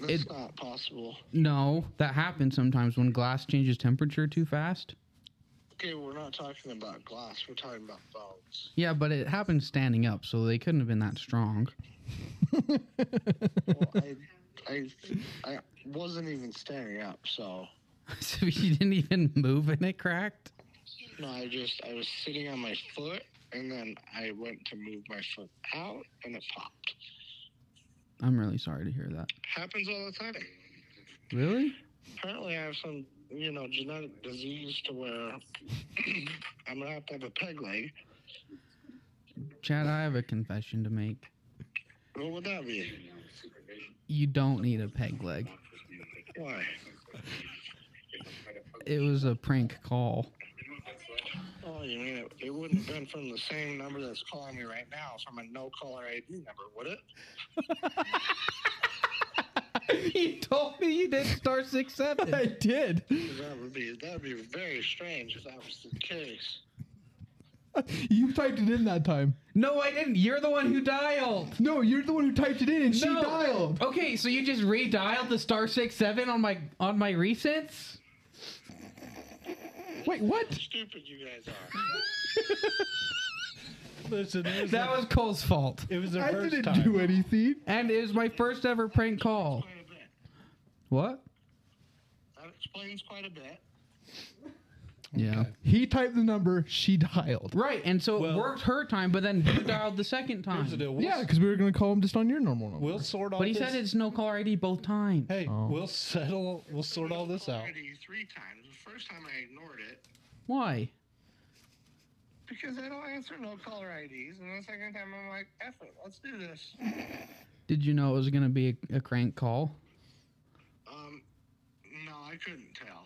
K: that's
D: It-
K: not possible.
D: No, that happens sometimes when glass changes temperature too fast.
K: Okay, we're not talking about glass. We're talking about bones.
D: Yeah, but it happened standing up, so they couldn't have been that strong. [laughs]
K: Well, I I I wasn't even standing up, so
D: so you didn't even move and it cracked.
K: no. I just I was sitting on my foot, and then I went to move my foot out, and it popped.
D: I'm really sorry to hear that.
K: Happens all the time.
D: Really?
K: apparently I have some, you know, genetic disease to where I'm gonna have to have a peg leg.
D: Chad, I have a confession to make.
K: What would that be?
D: You don't need a peg leg.
K: Why?
D: It was a prank [laughs] call.
K: Oh, you mean it, it wouldn't have been from the same number that's calling me right now from a no caller ID number, would it?
D: you told me you did star six
B: [laughs]
D: [laughs] seven.
B: did.
K: 'Cause That would be that would be very strange if that was the case.
B: [laughs] You typed it in that time.
D: no, I didn't. You're the one who dialed.
B: No, you're the one who typed it in and she
D: No.
B: dialed.
D: Okay, so you just redialed the star six seven on my on my resets.
B: Wait, what?
K: Stupid you guys are.
E: Listen, it was,
D: That was Cole's fault,
E: it was the
B: I
E: first
B: didn't
E: time.
B: do anything.
D: and it was my first ever prank call.
K: [laughs] Quite a bit.
D: What?
K: That explains quite a bit.
D: Yeah.
B: He typed the number, she dialed.
D: Right, and so it
E: Well-
D: worked her time, but then you dialed the second
E: Here's the
D: time.
E: deal. We'll,
B: Yeah, because we were going to call him just on your normal number.
E: we'll sort all.
D: But he
E: this.
D: said it's no caller ID both times.
E: Hey,
B: Oh.
E: we'll settle. We'll sort all this out.
K: Already Three times. The first time I ignored it
D: Why?
K: because I don't answer no caller IDs, and the second time I'm like, "F it, let's do this."
D: Did you know it was gonna be a, a crank call?
K: Um, no, I couldn't tell.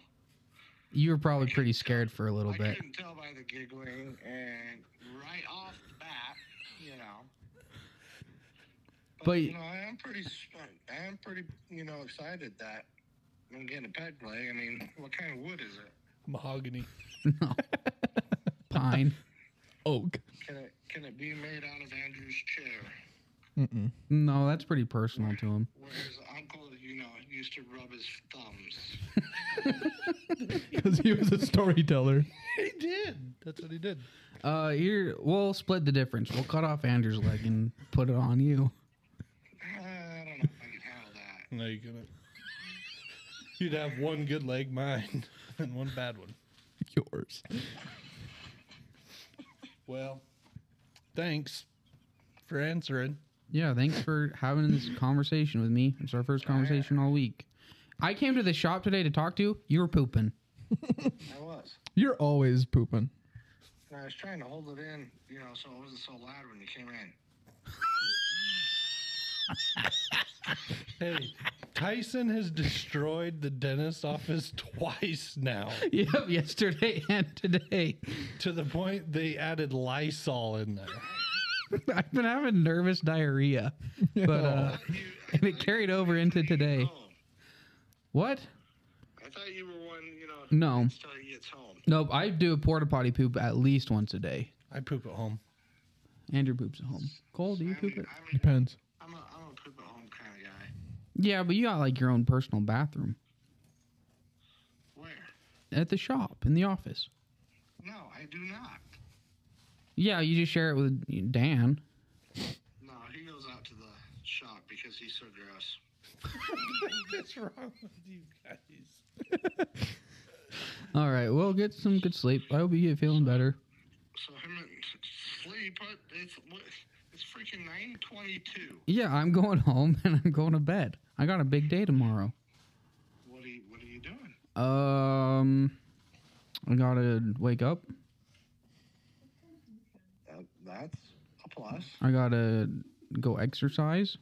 D: You were probably pretty scared for a little
K: I
D: bit.
K: [laughs] couldn't tell by the giggling, and right off the bat, you know,
D: But
K: You know, I am pretty, sp- I am pretty, you know, excited that I'm getting a peg leg. I mean, what kind of wood is it?
E: Mahogany.
D: [laughs] pine.
B: Oak.
K: Can it can it be made out of Andrew's chair,
B: Mm-mm.
D: No, that's pretty personal to him.
K: where his uncle, you know, used to rub his thumbs?
B: Because he was a storyteller.
E: [laughs]
B: [laughs]
E: He did. That's what he did.
D: Uh, here we'll split the difference. We'll cut off Andrew's leg and put it on you.
K: Uh, I don't know if I can handle that.
E: No, you couldn't. You'd have one good leg, mine, [laughs] and one bad one.
B: Yours.
E: Well, thanks for answering.
D: Yeah, thanks for having this conversation with me. It's our first conversation all week. I came to the shop today to talk to you. You were pooping. [laughs]
K: I was.
B: You're always pooping.
K: And I was trying to hold it in, you know, so it wasn't so loud when you came in.
E: Hey, Tyson has destroyed the dentist office [laughs] twice now
D: Yep, yesterday [laughs] and today.
E: to the point they added Lysol in there.
D: I've been having nervous diarrhea, but uh, [laughs] and it carried over into today.
K: Oh,
D: What?
K: I thought you were one, you know,
D: No,
K: until he gets home.
D: nope. I do a porta potty poop at least once a day.
E: I poop at home.
D: Andrew poops at home. Cole, do you
K: I
D: poop
K: mean,
D: it?
K: I mean,
B: Depends.
K: I'm a, I'm a poop at home kind of guy.
D: Yeah, but you got like your own personal bathroom
K: Where?
D: at the shop in the office.
K: No, I do not.
D: Yeah, you just share it with Dan.
K: No, he goes out to the shop because he's so gross.
E: What's wrong with you guys?
D: All right, well, get some good sleep. I hope you get feeling better.
K: So him and sleep. uh, It's it's freaking nine twenty-two.
D: Yeah, I'm going [laughs] home and I'm going to bed. I got a big day tomorrow.
K: What are you What are you doing?
D: Um, I gotta wake up.
K: Uh, that's a plus.
D: I gotta go exercise.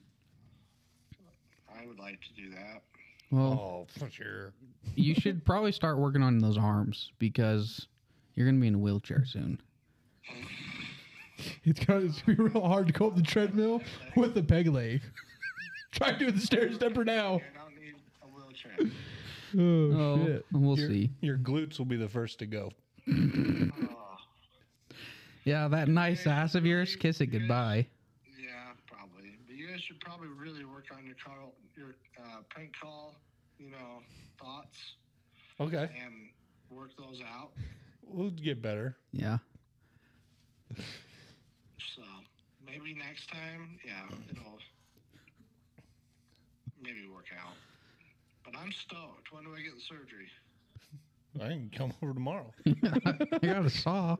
K: I would like to do that.
D: Well,
E: Oh, for sure.
B: Oh.
D: you should probably start working on those arms because you're gonna be in a wheelchair soon.
B: It's gonna, Uh, it's gonna be real hard to go up the treadmill with a peg leg. [laughs] Try doing the stair stepper now.
K: I don't need a wheelchair.
B: Oh,
D: Oh,
B: shit.
D: we'll
E: Your-
D: see.
E: Your glutes will be the first to go.
K: Oh,
D: Yeah, that nice ass of yours, kiss it goodbye.
K: yeah, probably. But you guys should probably really work on your call, your uh, prank call, you know, thoughts,
E: Okay.
K: and work those out.
E: We'll get better.
D: Yeah.
K: So maybe next time, yeah, it'll maybe work out. But I'm stoked. When do I get the surgery?
E: I can come [laughs] over tomorrow.
D: I got a saw.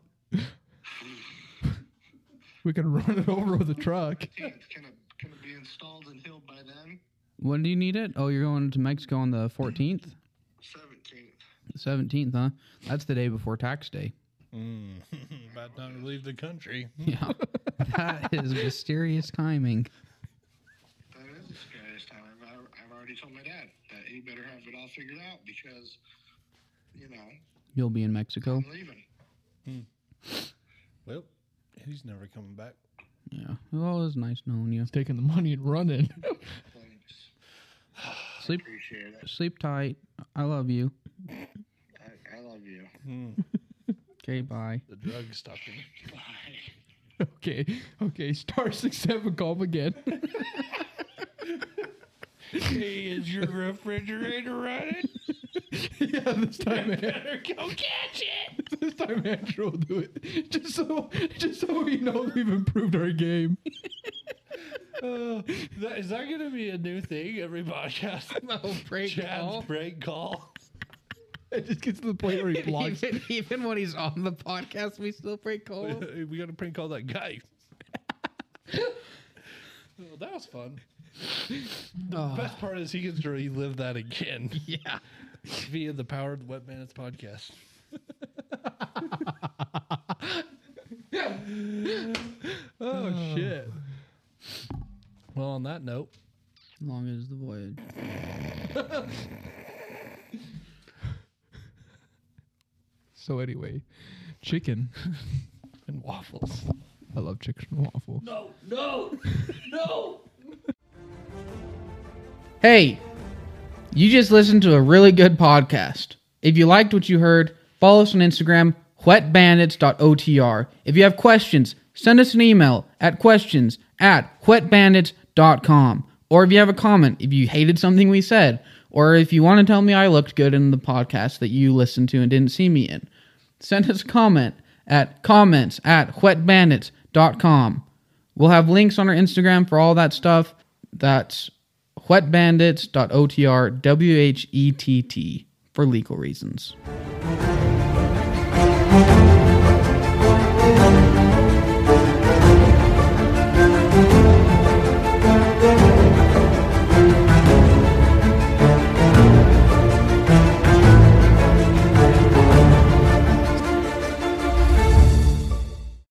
B: We can run it over with a truck. [laughs]
K: Can can it can it be installed and healed by then?
D: [laughs] When do you need it? Oh, you're going to Mexico on the 14th?
K: Seventeenth.
D: 17th, huh? That's the day before tax day.
E: Mm. [laughs] About time to leave the country.
D: [laughs] Yeah. that is mysterious timing.
K: That is the scariest time. I've, al- I've already told my dad that he better have it all figured out because, you know,
D: You'll be in Mexico.
K: I'm leaving.
E: Well, he's never coming back.
D: Yeah. Well, it was nice knowing you.
B: Taking the money and running.
K: Thanks. [sighs]
D: Sleep
K: Appreciate
D: [laughs]
K: it.
D: sleep tight. I love you.
K: I, I love you. [laughs]
E: Mm.
D: Okay, [laughs] bye.
E: The drug
B: [laughs]
E: stopped him.
K: Bye.
B: okay. Okay. Star six seven. Call him again. [laughs]
E: Hey, is your refrigerator running?
B: yeah. This time. Better go catch it. [laughs] This time Andrew will do it. Just so. Just so we know we've improved our game.
E: Uh, [laughs] that, is that going to be a new thing every podcast?
D: No Oh, break
E: Chad's break call.
B: [laughs] It just gets to the point where he
D: [laughs] [laughs]
B: blocks.
D: Even, even when he's on the podcast, we still prank
E: [laughs]
D: call.
E: we got to prank call that guy. well, that
B: [laughs]
E: was fun.
B: Ah.
D: Oh,
E: Best part is he gets to relive
B: [laughs]
E: that again [laughs]
D: yeah.
E: via the Power of the Wet Bandits podcast. [laughs]
B: Oh shit. Ah.
E: Well, on that note,
D: Long is the voyage.
B: So anyway, chicken.
E: and waffles.
B: I love chicken and waffle.
E: No, no, no.
D: Hey, you just listened to a really good podcast. If you liked what you heard, follow us on Instagram, whetbandits.otr. If you have questions, send us an email at questions at whetbandits.com. Or if you have a comment, if you hated something we said, or if you want to tell me I looked good in the podcast that you listened to and didn't see me in, send us a comment at comments at whetbandits.com. We'll have links on our Instagram for all that stuff. That's whetbandits.otr, W H E T T, for legal reasons.